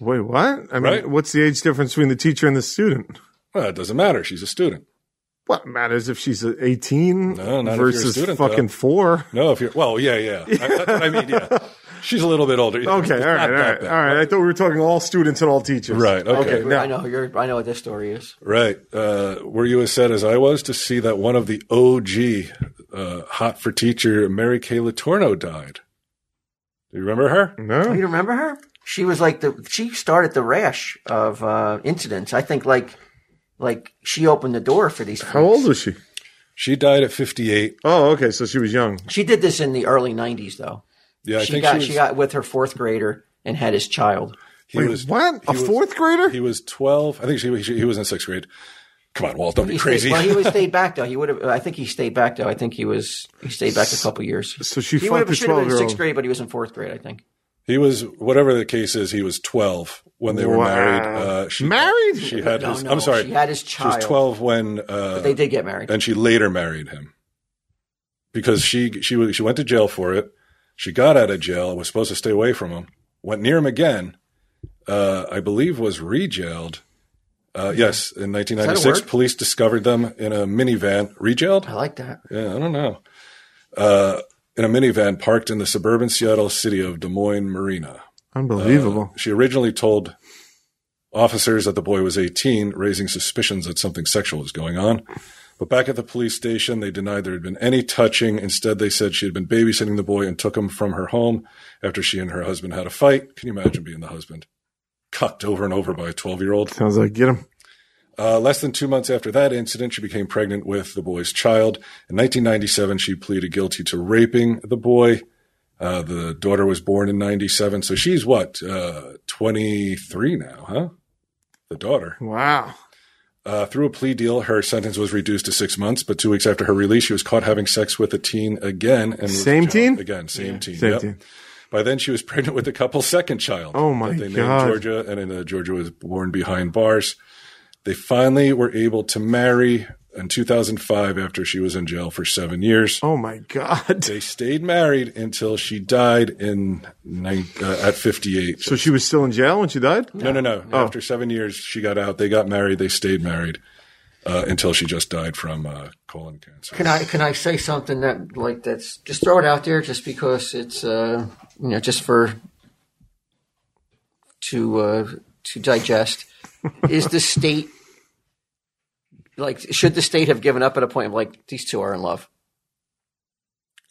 Speaker 6: Wait, what? I mean,
Speaker 1: Right.
Speaker 6: what's the age difference between the teacher and the student?
Speaker 1: Well, it doesn't matter. She's a student.
Speaker 6: What matters if she's uh, 18
Speaker 1: No, not if you're a
Speaker 6: versus
Speaker 1: student,
Speaker 6: fucking
Speaker 1: though.
Speaker 6: four?
Speaker 1: No, if you're well, yeah, yeah. I, that's what I mean, yeah. She's a little bit older. Okay,
Speaker 6: Okay, all right, all right, all right. I thought we were talking all students and all teachers.
Speaker 1: Right, okay.
Speaker 6: okay now,
Speaker 2: I know you're. I know what this story is.
Speaker 1: Right. Uh, were you as sad as I was to see that one of the OG uh, hot for teacher, Mary Kay Latorno, died? Do you remember her?
Speaker 2: Oh,
Speaker 6: no.
Speaker 2: you remember her? She was like the. She started the rash of uh, incidents. I think like like she opened the door for these.
Speaker 6: How old was she?
Speaker 1: She died at 58.
Speaker 6: Oh, okay. So she was young.
Speaker 2: She did this in the early '90s though.
Speaker 1: Yeah, I
Speaker 2: she
Speaker 1: think
Speaker 2: got
Speaker 1: she was.
Speaker 2: she got with her fourth grader and had his child.
Speaker 1: he
Speaker 6: Wait,
Speaker 1: was
Speaker 6: what? A
Speaker 1: he was-
Speaker 6: fourth grader?
Speaker 1: He was 12. I think she, she, he was in sixth grade. Come on, Walt, don't be
Speaker 2: He
Speaker 1: crazy.
Speaker 2: Stayed, well, he was stayed back though. He would have. I think he stayed back though. I think he was. He stayed back a couple years.
Speaker 6: So she
Speaker 2: He
Speaker 6: fucked
Speaker 2: would
Speaker 6: a
Speaker 2: have should have been
Speaker 6: 12
Speaker 2: in
Speaker 6: year
Speaker 2: sixth
Speaker 6: old.
Speaker 2: grade, but he was in fourth grade. I think.
Speaker 1: he was, whatever the case is, he was 12 when they were
Speaker 6: Wow.
Speaker 1: married. Uh, she,
Speaker 6: Married?
Speaker 1: She had
Speaker 2: No,
Speaker 1: his,
Speaker 2: no,
Speaker 1: I'm sorry.
Speaker 2: She had his
Speaker 1: she was
Speaker 2: child.
Speaker 1: 12 when. Uh,
Speaker 2: They did get married.
Speaker 1: and she later married him because she she was- she went to jail for it. She got out of jail, was supposed to stay away from him, went near him again. Uh, I believe was rejailed. Uh, yes, in
Speaker 2: Is that a
Speaker 1: 1996,
Speaker 2: word?
Speaker 1: police discovered them in a minivan. Rejailed?
Speaker 2: I like that.
Speaker 1: Yeah, I don't know. Uh, in a minivan parked in the suburban Seattle city of Des Moines Marina.
Speaker 6: Unbelievable.
Speaker 1: She originally told officers that the boy was 18, raising suspicions that something sexual was going on. But back at the police station, they denied there had been any touching. Instead, they said she had been babysitting the boy and took him from her home after she and her husband had a fight. Can you imagine being the husband? Cucked over and over by a 12 year old.
Speaker 6: Sounds like get him.
Speaker 1: Uh, less than two months after that incident, she became pregnant with the boy's child. In 1997, she pleaded guilty to raping the boy. Uh, the daughter was born in 97. So she's what, uh, 23 now, huh? The daughter.
Speaker 3: Wow.
Speaker 1: Uh, through a plea deal, her sentence was reduced to six months. But two weeks after her release, she was caught having sex with a teen again. And was
Speaker 3: Same
Speaker 1: jailed
Speaker 3: teen?
Speaker 1: Again, same teen.
Speaker 3: Same
Speaker 1: yep.
Speaker 3: teen.
Speaker 1: By then, she was pregnant with the couple's second child.
Speaker 3: Oh, my
Speaker 1: that they
Speaker 3: God.
Speaker 1: named Georgia, and then uh, Georgia was born behind bars. They finally were able to marry in 2005 after she was in jail for seven years.
Speaker 3: Oh my God.
Speaker 1: They stayed married until she died in nine, uh, at 58.
Speaker 3: So she Oh. was still in jail when she died?
Speaker 1: No, no, no. After seven years, she got out. They got married. They stayed married uh, until she just died from uh, colon cancer.
Speaker 2: Can I can I say something that like that's just throw it out there just because it's uh you know just for to uh to digest is the state like should the state have given up at a point of like these two are in love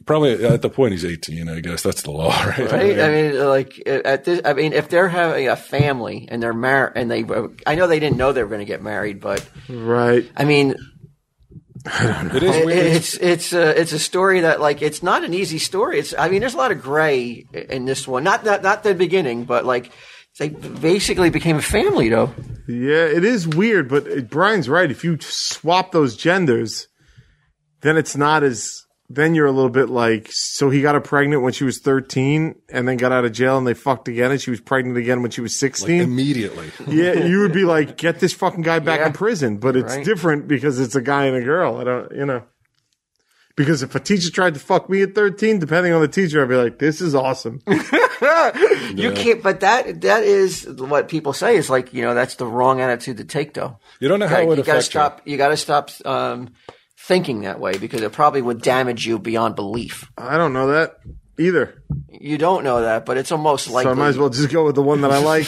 Speaker 1: Probably uh, at the point he's 18, I guess. That's the law, right?
Speaker 2: right I mean like at this I mean if they're having a family and they're married and they I know they didn't know they were going to get married but
Speaker 3: Right.
Speaker 2: I mean
Speaker 1: it is
Speaker 2: It-
Speaker 1: weird.
Speaker 2: it's it's a it's a story that like it's not an easy story. It's I mean there's a lot of gray in this one. Not not not the beginning, but like they basically became a family though.
Speaker 3: Yeah, it is weird, but uh, Brian's right. If you swap those genders, then it's not as. Then you're a little bit like. So he got her pregnant when she was 13, and then got out of jail, and they fucked again, and she was pregnant again when she was 16.
Speaker 1: Immediately.
Speaker 3: yeah, you would be like, get this fucking guy back
Speaker 2: Yeah.
Speaker 3: in prison. But it's
Speaker 2: Right.
Speaker 3: different because it's a guy and a girl. I don't, you know. Because if a teacher tried to fuck me at 13, depending on the teacher, I'd be like, this is awesome.
Speaker 2: You can't. But that that is what people say is like you know that's the wrong attitude to take though.
Speaker 1: You don't know how
Speaker 2: Like,
Speaker 1: it would
Speaker 2: you gotta
Speaker 1: affect you.
Speaker 2: stop. You gotta stop um, thinking that way because it probably would damage you beyond belief.
Speaker 3: I don't know that either.
Speaker 2: You don't know that, but it's almost like.
Speaker 3: So I might as well just go with the one that I like.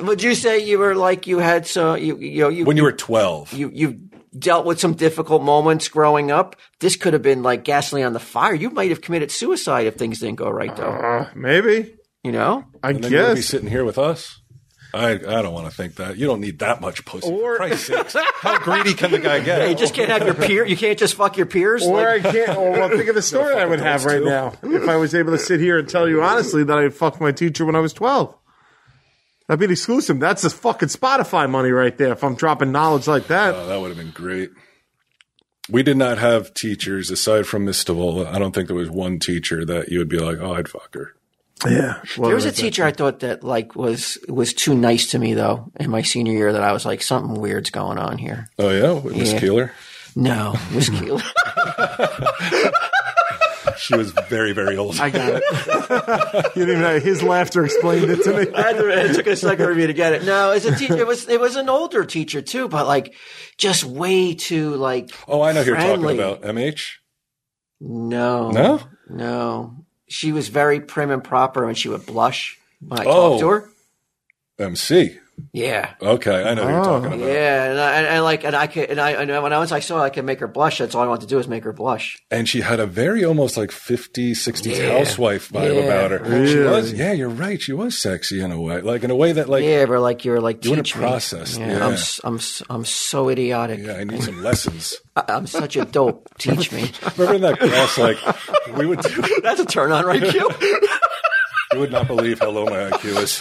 Speaker 2: Would you say you were like you had so you you know you
Speaker 1: When you were 12.
Speaker 2: you you dealt with some difficult moments growing up. This could have been like gasoline on the fire. You might have committed suicide if things didn't go right, though.
Speaker 3: Maybe.
Speaker 2: You know,
Speaker 3: I
Speaker 1: and then you're going to be
Speaker 3: guess.
Speaker 1: sitting here with us. I, I don't want to think that. You don't need that much pussy. For Christ's sakes. How greedy can the guy get?
Speaker 2: you just can't have your peer. You can't just fuck your peers.
Speaker 3: Or I
Speaker 2: Like,
Speaker 3: can't. Or well, think of the story I would have right now if I was able to sit here and tell you honestly that I fucked my teacher when I was twelve. That'd be exclusive. That's the fucking Spotify money right there. If I'm dropping knowledge like that,
Speaker 1: Oh, that would have been great. We did not have teachers aside from Miss Stavola. I don't think there was one teacher that you would be like, oh, I'd fuck her.
Speaker 3: yeah. Well,
Speaker 2: there was a teacher I thought that like was was too nice to me though in my senior year that I was like something weird's going on here.
Speaker 1: Oh, yeah? With Miss
Speaker 2: Yeah.
Speaker 1: Keeler?
Speaker 2: No, it was Keeler.
Speaker 1: She was very, very old.
Speaker 3: I got it. you didn't even know. His laughter explained it to me.
Speaker 2: I had to- it took a second for me to get it. No, it's a teacher. It was it was an older teacher too, but like just way too like.
Speaker 1: Oh, I know who you're talking
Speaker 2: friendly.
Speaker 1: about. MH?
Speaker 2: No,
Speaker 1: No?
Speaker 2: No, she was very prim and proper, and she would blush when I
Speaker 1: Oh.
Speaker 2: talked to her.
Speaker 1: MC.
Speaker 2: Yeah,
Speaker 1: Okay, I know
Speaker 2: Oh.
Speaker 1: who you're talking about.
Speaker 2: yeah, and I, and I like, and I could, and I, and I- when I once I saw, her, I could make her blush. That's all I wanted to do is make her blush.
Speaker 1: And she had a very almost like 50s, 60s housewife vibe
Speaker 2: Yeah.
Speaker 1: about her. She was, yeah, you're right. She was sexy in a way. Like, in a way that, like, yeah,
Speaker 2: Yeah, but like you're like
Speaker 1: You wanna
Speaker 2: teach
Speaker 1: process,
Speaker 2: Me.
Speaker 1: yeah.
Speaker 2: I'm, s- I'm, s- I'm so idiotic.
Speaker 1: I need some lessons.
Speaker 2: I, I'm such a dope. teach me.
Speaker 1: Remember in that class, like, we would do,
Speaker 2: That's a turn on, right, Q?
Speaker 1: you would not believe how low my IQ is.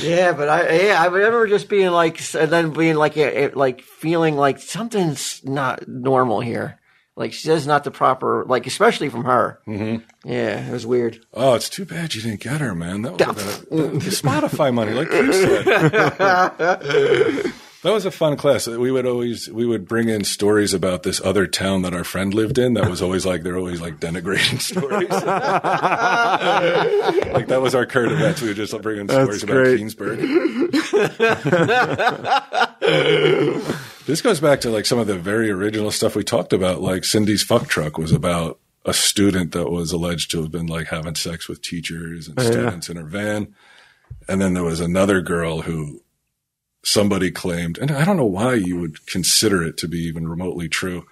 Speaker 2: Yeah, but I yeah, I remember just being like, s- and then being like, yeah, it, like feeling like something's not normal here. Like she does not the proper, like especially from her. Mm-hmm. Yeah, it was weird.
Speaker 1: Oh, it's too bad you didn't get her, man. That would have been a- that- the Spotify money, like you said. That was a fun class. We would always we would bring in stories about this other town that our friend lived in. That was always like they're always like denigrating stories. like that was our current events. We would just bring in stories
Speaker 3: That's
Speaker 1: about
Speaker 3: great.
Speaker 1: Keensburg. this goes back to like some of the very original stuff we talked about. Like Cindy's fuck truck was about a student that was alleged to have been like having sex with teachers
Speaker 3: Oh,
Speaker 1: and students in her van. And then there was another girl who somebody claimed, and I don't know why you would consider it to be even remotely true,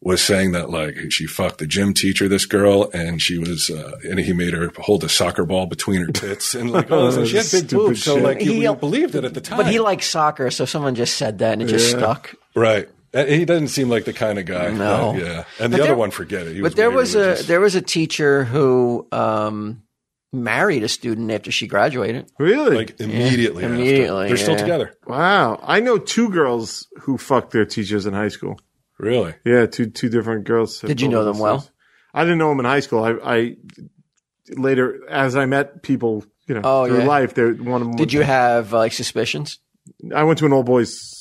Speaker 1: was saying that like she fucked the gym teacher, this girl, and she was, uh, and he made her hold a soccer ball between her tits and like, oh, so she had big
Speaker 3: Stupid
Speaker 1: boobs. So
Speaker 3: shit.
Speaker 1: like, you,
Speaker 2: He-
Speaker 1: you believed it at the time.
Speaker 2: But he likes soccer, so someone just said that and it just stuck.
Speaker 1: right. And he doesn't seem like the kind of guy.
Speaker 2: No.
Speaker 1: that- yeah. And the
Speaker 2: But
Speaker 1: other
Speaker 2: there-
Speaker 1: one, forget it. He
Speaker 2: But there
Speaker 1: weird.
Speaker 2: was
Speaker 1: It
Speaker 2: a
Speaker 1: just-
Speaker 2: there was a teacher who um, married a student after she graduated.
Speaker 3: Really?
Speaker 1: like immediately. after.
Speaker 2: immediately,
Speaker 1: They're still
Speaker 2: yeah.
Speaker 1: together.
Speaker 3: wow. I know two girls who fucked their teachers in high school.
Speaker 1: Really?
Speaker 3: Yeah, two two different girls. have
Speaker 2: Did you know
Speaker 3: told
Speaker 2: them
Speaker 3: us
Speaker 2: well?
Speaker 3: this. I didn't know them in high school. I, I later as I met people, you know,
Speaker 2: Oh,
Speaker 3: through
Speaker 2: yeah.
Speaker 3: life, they one of them.
Speaker 2: Did you have uh, like suspicions?
Speaker 3: I went to an old boys.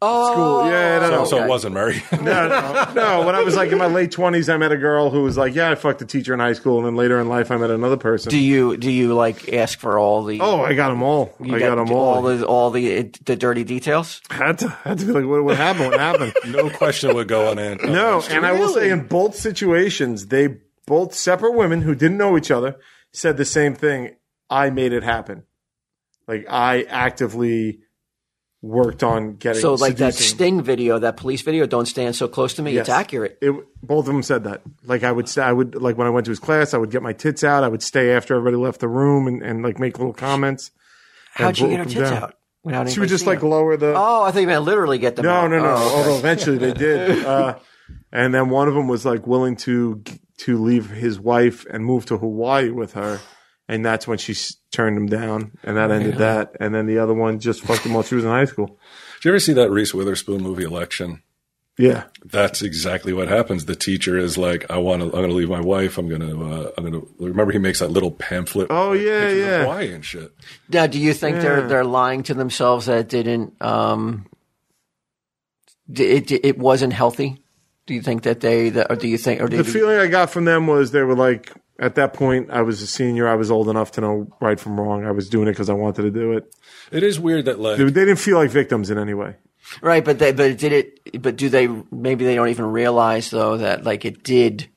Speaker 2: Oh,
Speaker 3: School, yeah, no,
Speaker 1: So,
Speaker 3: no.
Speaker 1: so
Speaker 2: Okay.
Speaker 1: it wasn't Murray.
Speaker 3: No, no, no. When I was like in my late twenties, I met a girl who was like, "Yeah, I fucked a teacher in high school," and then later in life, I met another person.
Speaker 2: do you do you like ask for all the?
Speaker 3: oh, I got them all.
Speaker 2: you
Speaker 3: I got, them all.
Speaker 2: the all the the dirty details.
Speaker 3: had to had to be like, what, what happened? What happened?
Speaker 1: no question would go on in.
Speaker 3: No, and I will say in both situations, they both separate women who didn't know each other said the same thing. I made it happen. Like I actively worked on getting
Speaker 2: So like that
Speaker 3: seducing-
Speaker 2: sting video, that police video, don't stand so close to me. It's
Speaker 3: Yes.
Speaker 2: accurate.
Speaker 3: It, both of them said that. Like I would, st- I would like when I went to his class, I would get my tits out. I would stay after everybody left the room and, and like make little comments.
Speaker 2: How'd you
Speaker 3: broke
Speaker 2: get her
Speaker 3: them
Speaker 2: tits
Speaker 3: down.
Speaker 2: out? Without
Speaker 3: She would
Speaker 2: anybody
Speaker 3: just
Speaker 2: seeing
Speaker 3: like
Speaker 2: her?
Speaker 3: lower the.
Speaker 2: Oh, I thought you meant literally get them.
Speaker 3: No,
Speaker 2: out.
Speaker 3: no, no.
Speaker 2: Oh, okay.
Speaker 3: Although eventually they did, uh, and then one of them was like willing to to leave his wife and move to Hawaii with her, and that's when she s- turned him down, and that ended that. And then the other one just fucked him while she was in high school.
Speaker 1: Did you ever see that Reese Witherspoon movie Election?
Speaker 3: Yeah,
Speaker 1: That's exactly what happens. The teacher is like, "I want to. I'm going to leave my wife. I'm going to. Uh, I'm going to." Remember, he makes that little pamphlet.
Speaker 3: Oh,
Speaker 1: with
Speaker 3: yeah,
Speaker 1: pictures of
Speaker 3: yeah.
Speaker 1: Hawaii and shit.
Speaker 2: Now, do you think they're they're lying to themselves that it didn't um, d- it it wasn't healthy? Do you think that they that, or do you think or do
Speaker 3: the
Speaker 2: you,
Speaker 3: feeling I got from them was they were like, at that point, I was a senior, I was old enough to know right from wrong. I was doing it because I wanted to do it.
Speaker 1: It is weird that like
Speaker 3: They, they didn't feel like victims in any way.
Speaker 2: right? But they but did it? But do they maybe they don't even realize though that like it did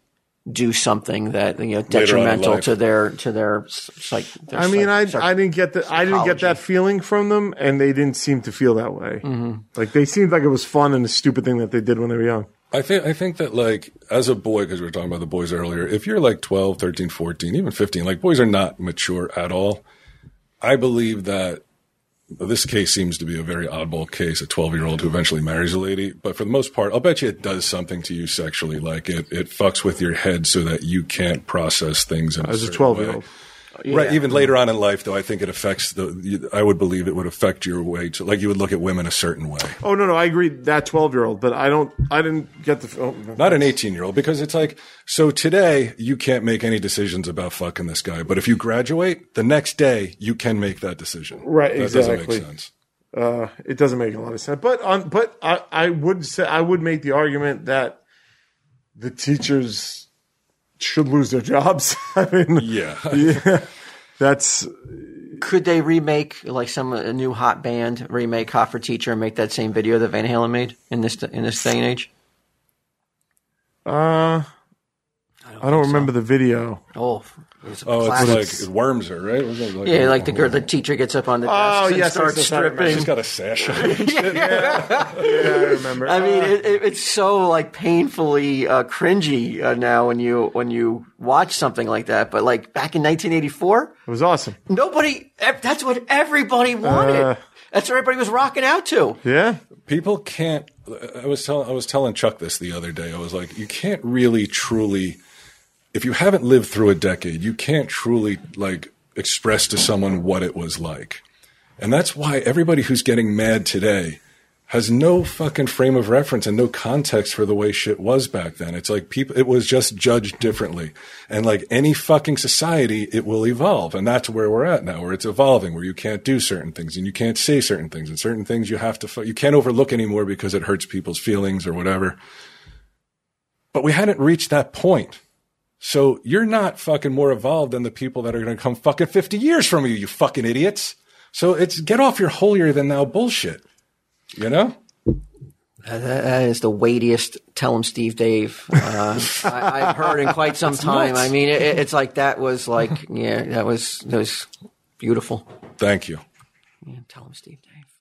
Speaker 2: do something that you know
Speaker 1: in
Speaker 2: detrimental
Speaker 1: life.
Speaker 2: to their to their s- psych. Their
Speaker 3: I mean, I
Speaker 2: psych-
Speaker 3: I didn't get the I didn't get that feeling from them, and they didn't seem to feel that way. Like they seemed like it was fun and a stupid thing that they did when they were young.
Speaker 1: I think I think that like as a boy because we were talking about the boys earlier if you're like 12 13 14 even 15 like boys are not mature at all I believe that this case seems to be a very oddball case a 12 year old who eventually marries a lady but for the most part I'll bet you it does something to you sexually like it it fucks with your head so that you can't process things in
Speaker 3: As a
Speaker 1: certain
Speaker 3: twelve year
Speaker 1: way.
Speaker 3: old,
Speaker 1: Right. Even later on in life, though, I think it affects the. I would believe it would affect your way to like you would look at women a certain way.
Speaker 3: oh no, no, I agree that twelve year old, but I don't, I didn't get the. Oh, no.
Speaker 1: Not an eighteen year old because it's like so today you can't make any decisions about fucking this guy, but if you graduate the next day, you can make that decision.
Speaker 3: Right,
Speaker 1: That
Speaker 3: exactly.
Speaker 1: doesn't make sense.
Speaker 3: uh, it doesn't make a lot of sense. But on, but I, I would say I would make the argument that the teachers should lose their jobs. I mean,
Speaker 1: Yeah.
Speaker 3: that's
Speaker 2: could they remake like some a new hot band remake Hot for Teacher and make that same video that Van Halen made in this in this day and age?
Speaker 3: uh, I don't, remember the video.
Speaker 2: Oh, it's a
Speaker 1: Oh,
Speaker 2: classic.
Speaker 1: it's like worms her, right? Wasn't it
Speaker 2: yeah, like the girl, the teacher gets up on the desk
Speaker 3: Oh,
Speaker 2: and
Speaker 3: yes,
Speaker 2: starts
Speaker 3: yes, yes, I remember.
Speaker 2: stripping.
Speaker 1: oh, She's got a sash. on.
Speaker 3: Yeah, I remember.
Speaker 2: I mean,
Speaker 3: Uh,
Speaker 2: it, it, it's so like painfully uh, cringy uh, now when you when you watch something like that. But like back in 1984,
Speaker 3: it was awesome.
Speaker 2: nobody. ev- That's what everybody wanted.
Speaker 3: Uh.
Speaker 2: that's what everybody was rocking out to.
Speaker 3: Yeah.
Speaker 1: people can't i was telling i was telling chuck this the other day i was like you can't really truly if you haven't lived through a decade you can't truly like express to someone what it was like and that's why everybody who's getting mad today has no fucking frame of reference and no context for the way shit was back then. It's like people, it was just judged differently. And like any fucking society, it will evolve. And that's where we're at now, where it's evolving, where you can't do certain things and you can't say certain things and certain things you have to, fu- you can't overlook anymore because it hurts people's feelings or whatever. But we hadn't reached that point. So you're not fucking more evolved than the people that are going to come fucking 50 years from you, you fucking idiots. So it's get off your holier than thou bullshit. You know?
Speaker 2: Uh, that- that is the weightiest tell him steve dave uh, I, i've heard in quite some time i mean it, it's like that was like yeah that was that was beautiful
Speaker 1: Thank you.
Speaker 2: yeah, tell him steve dave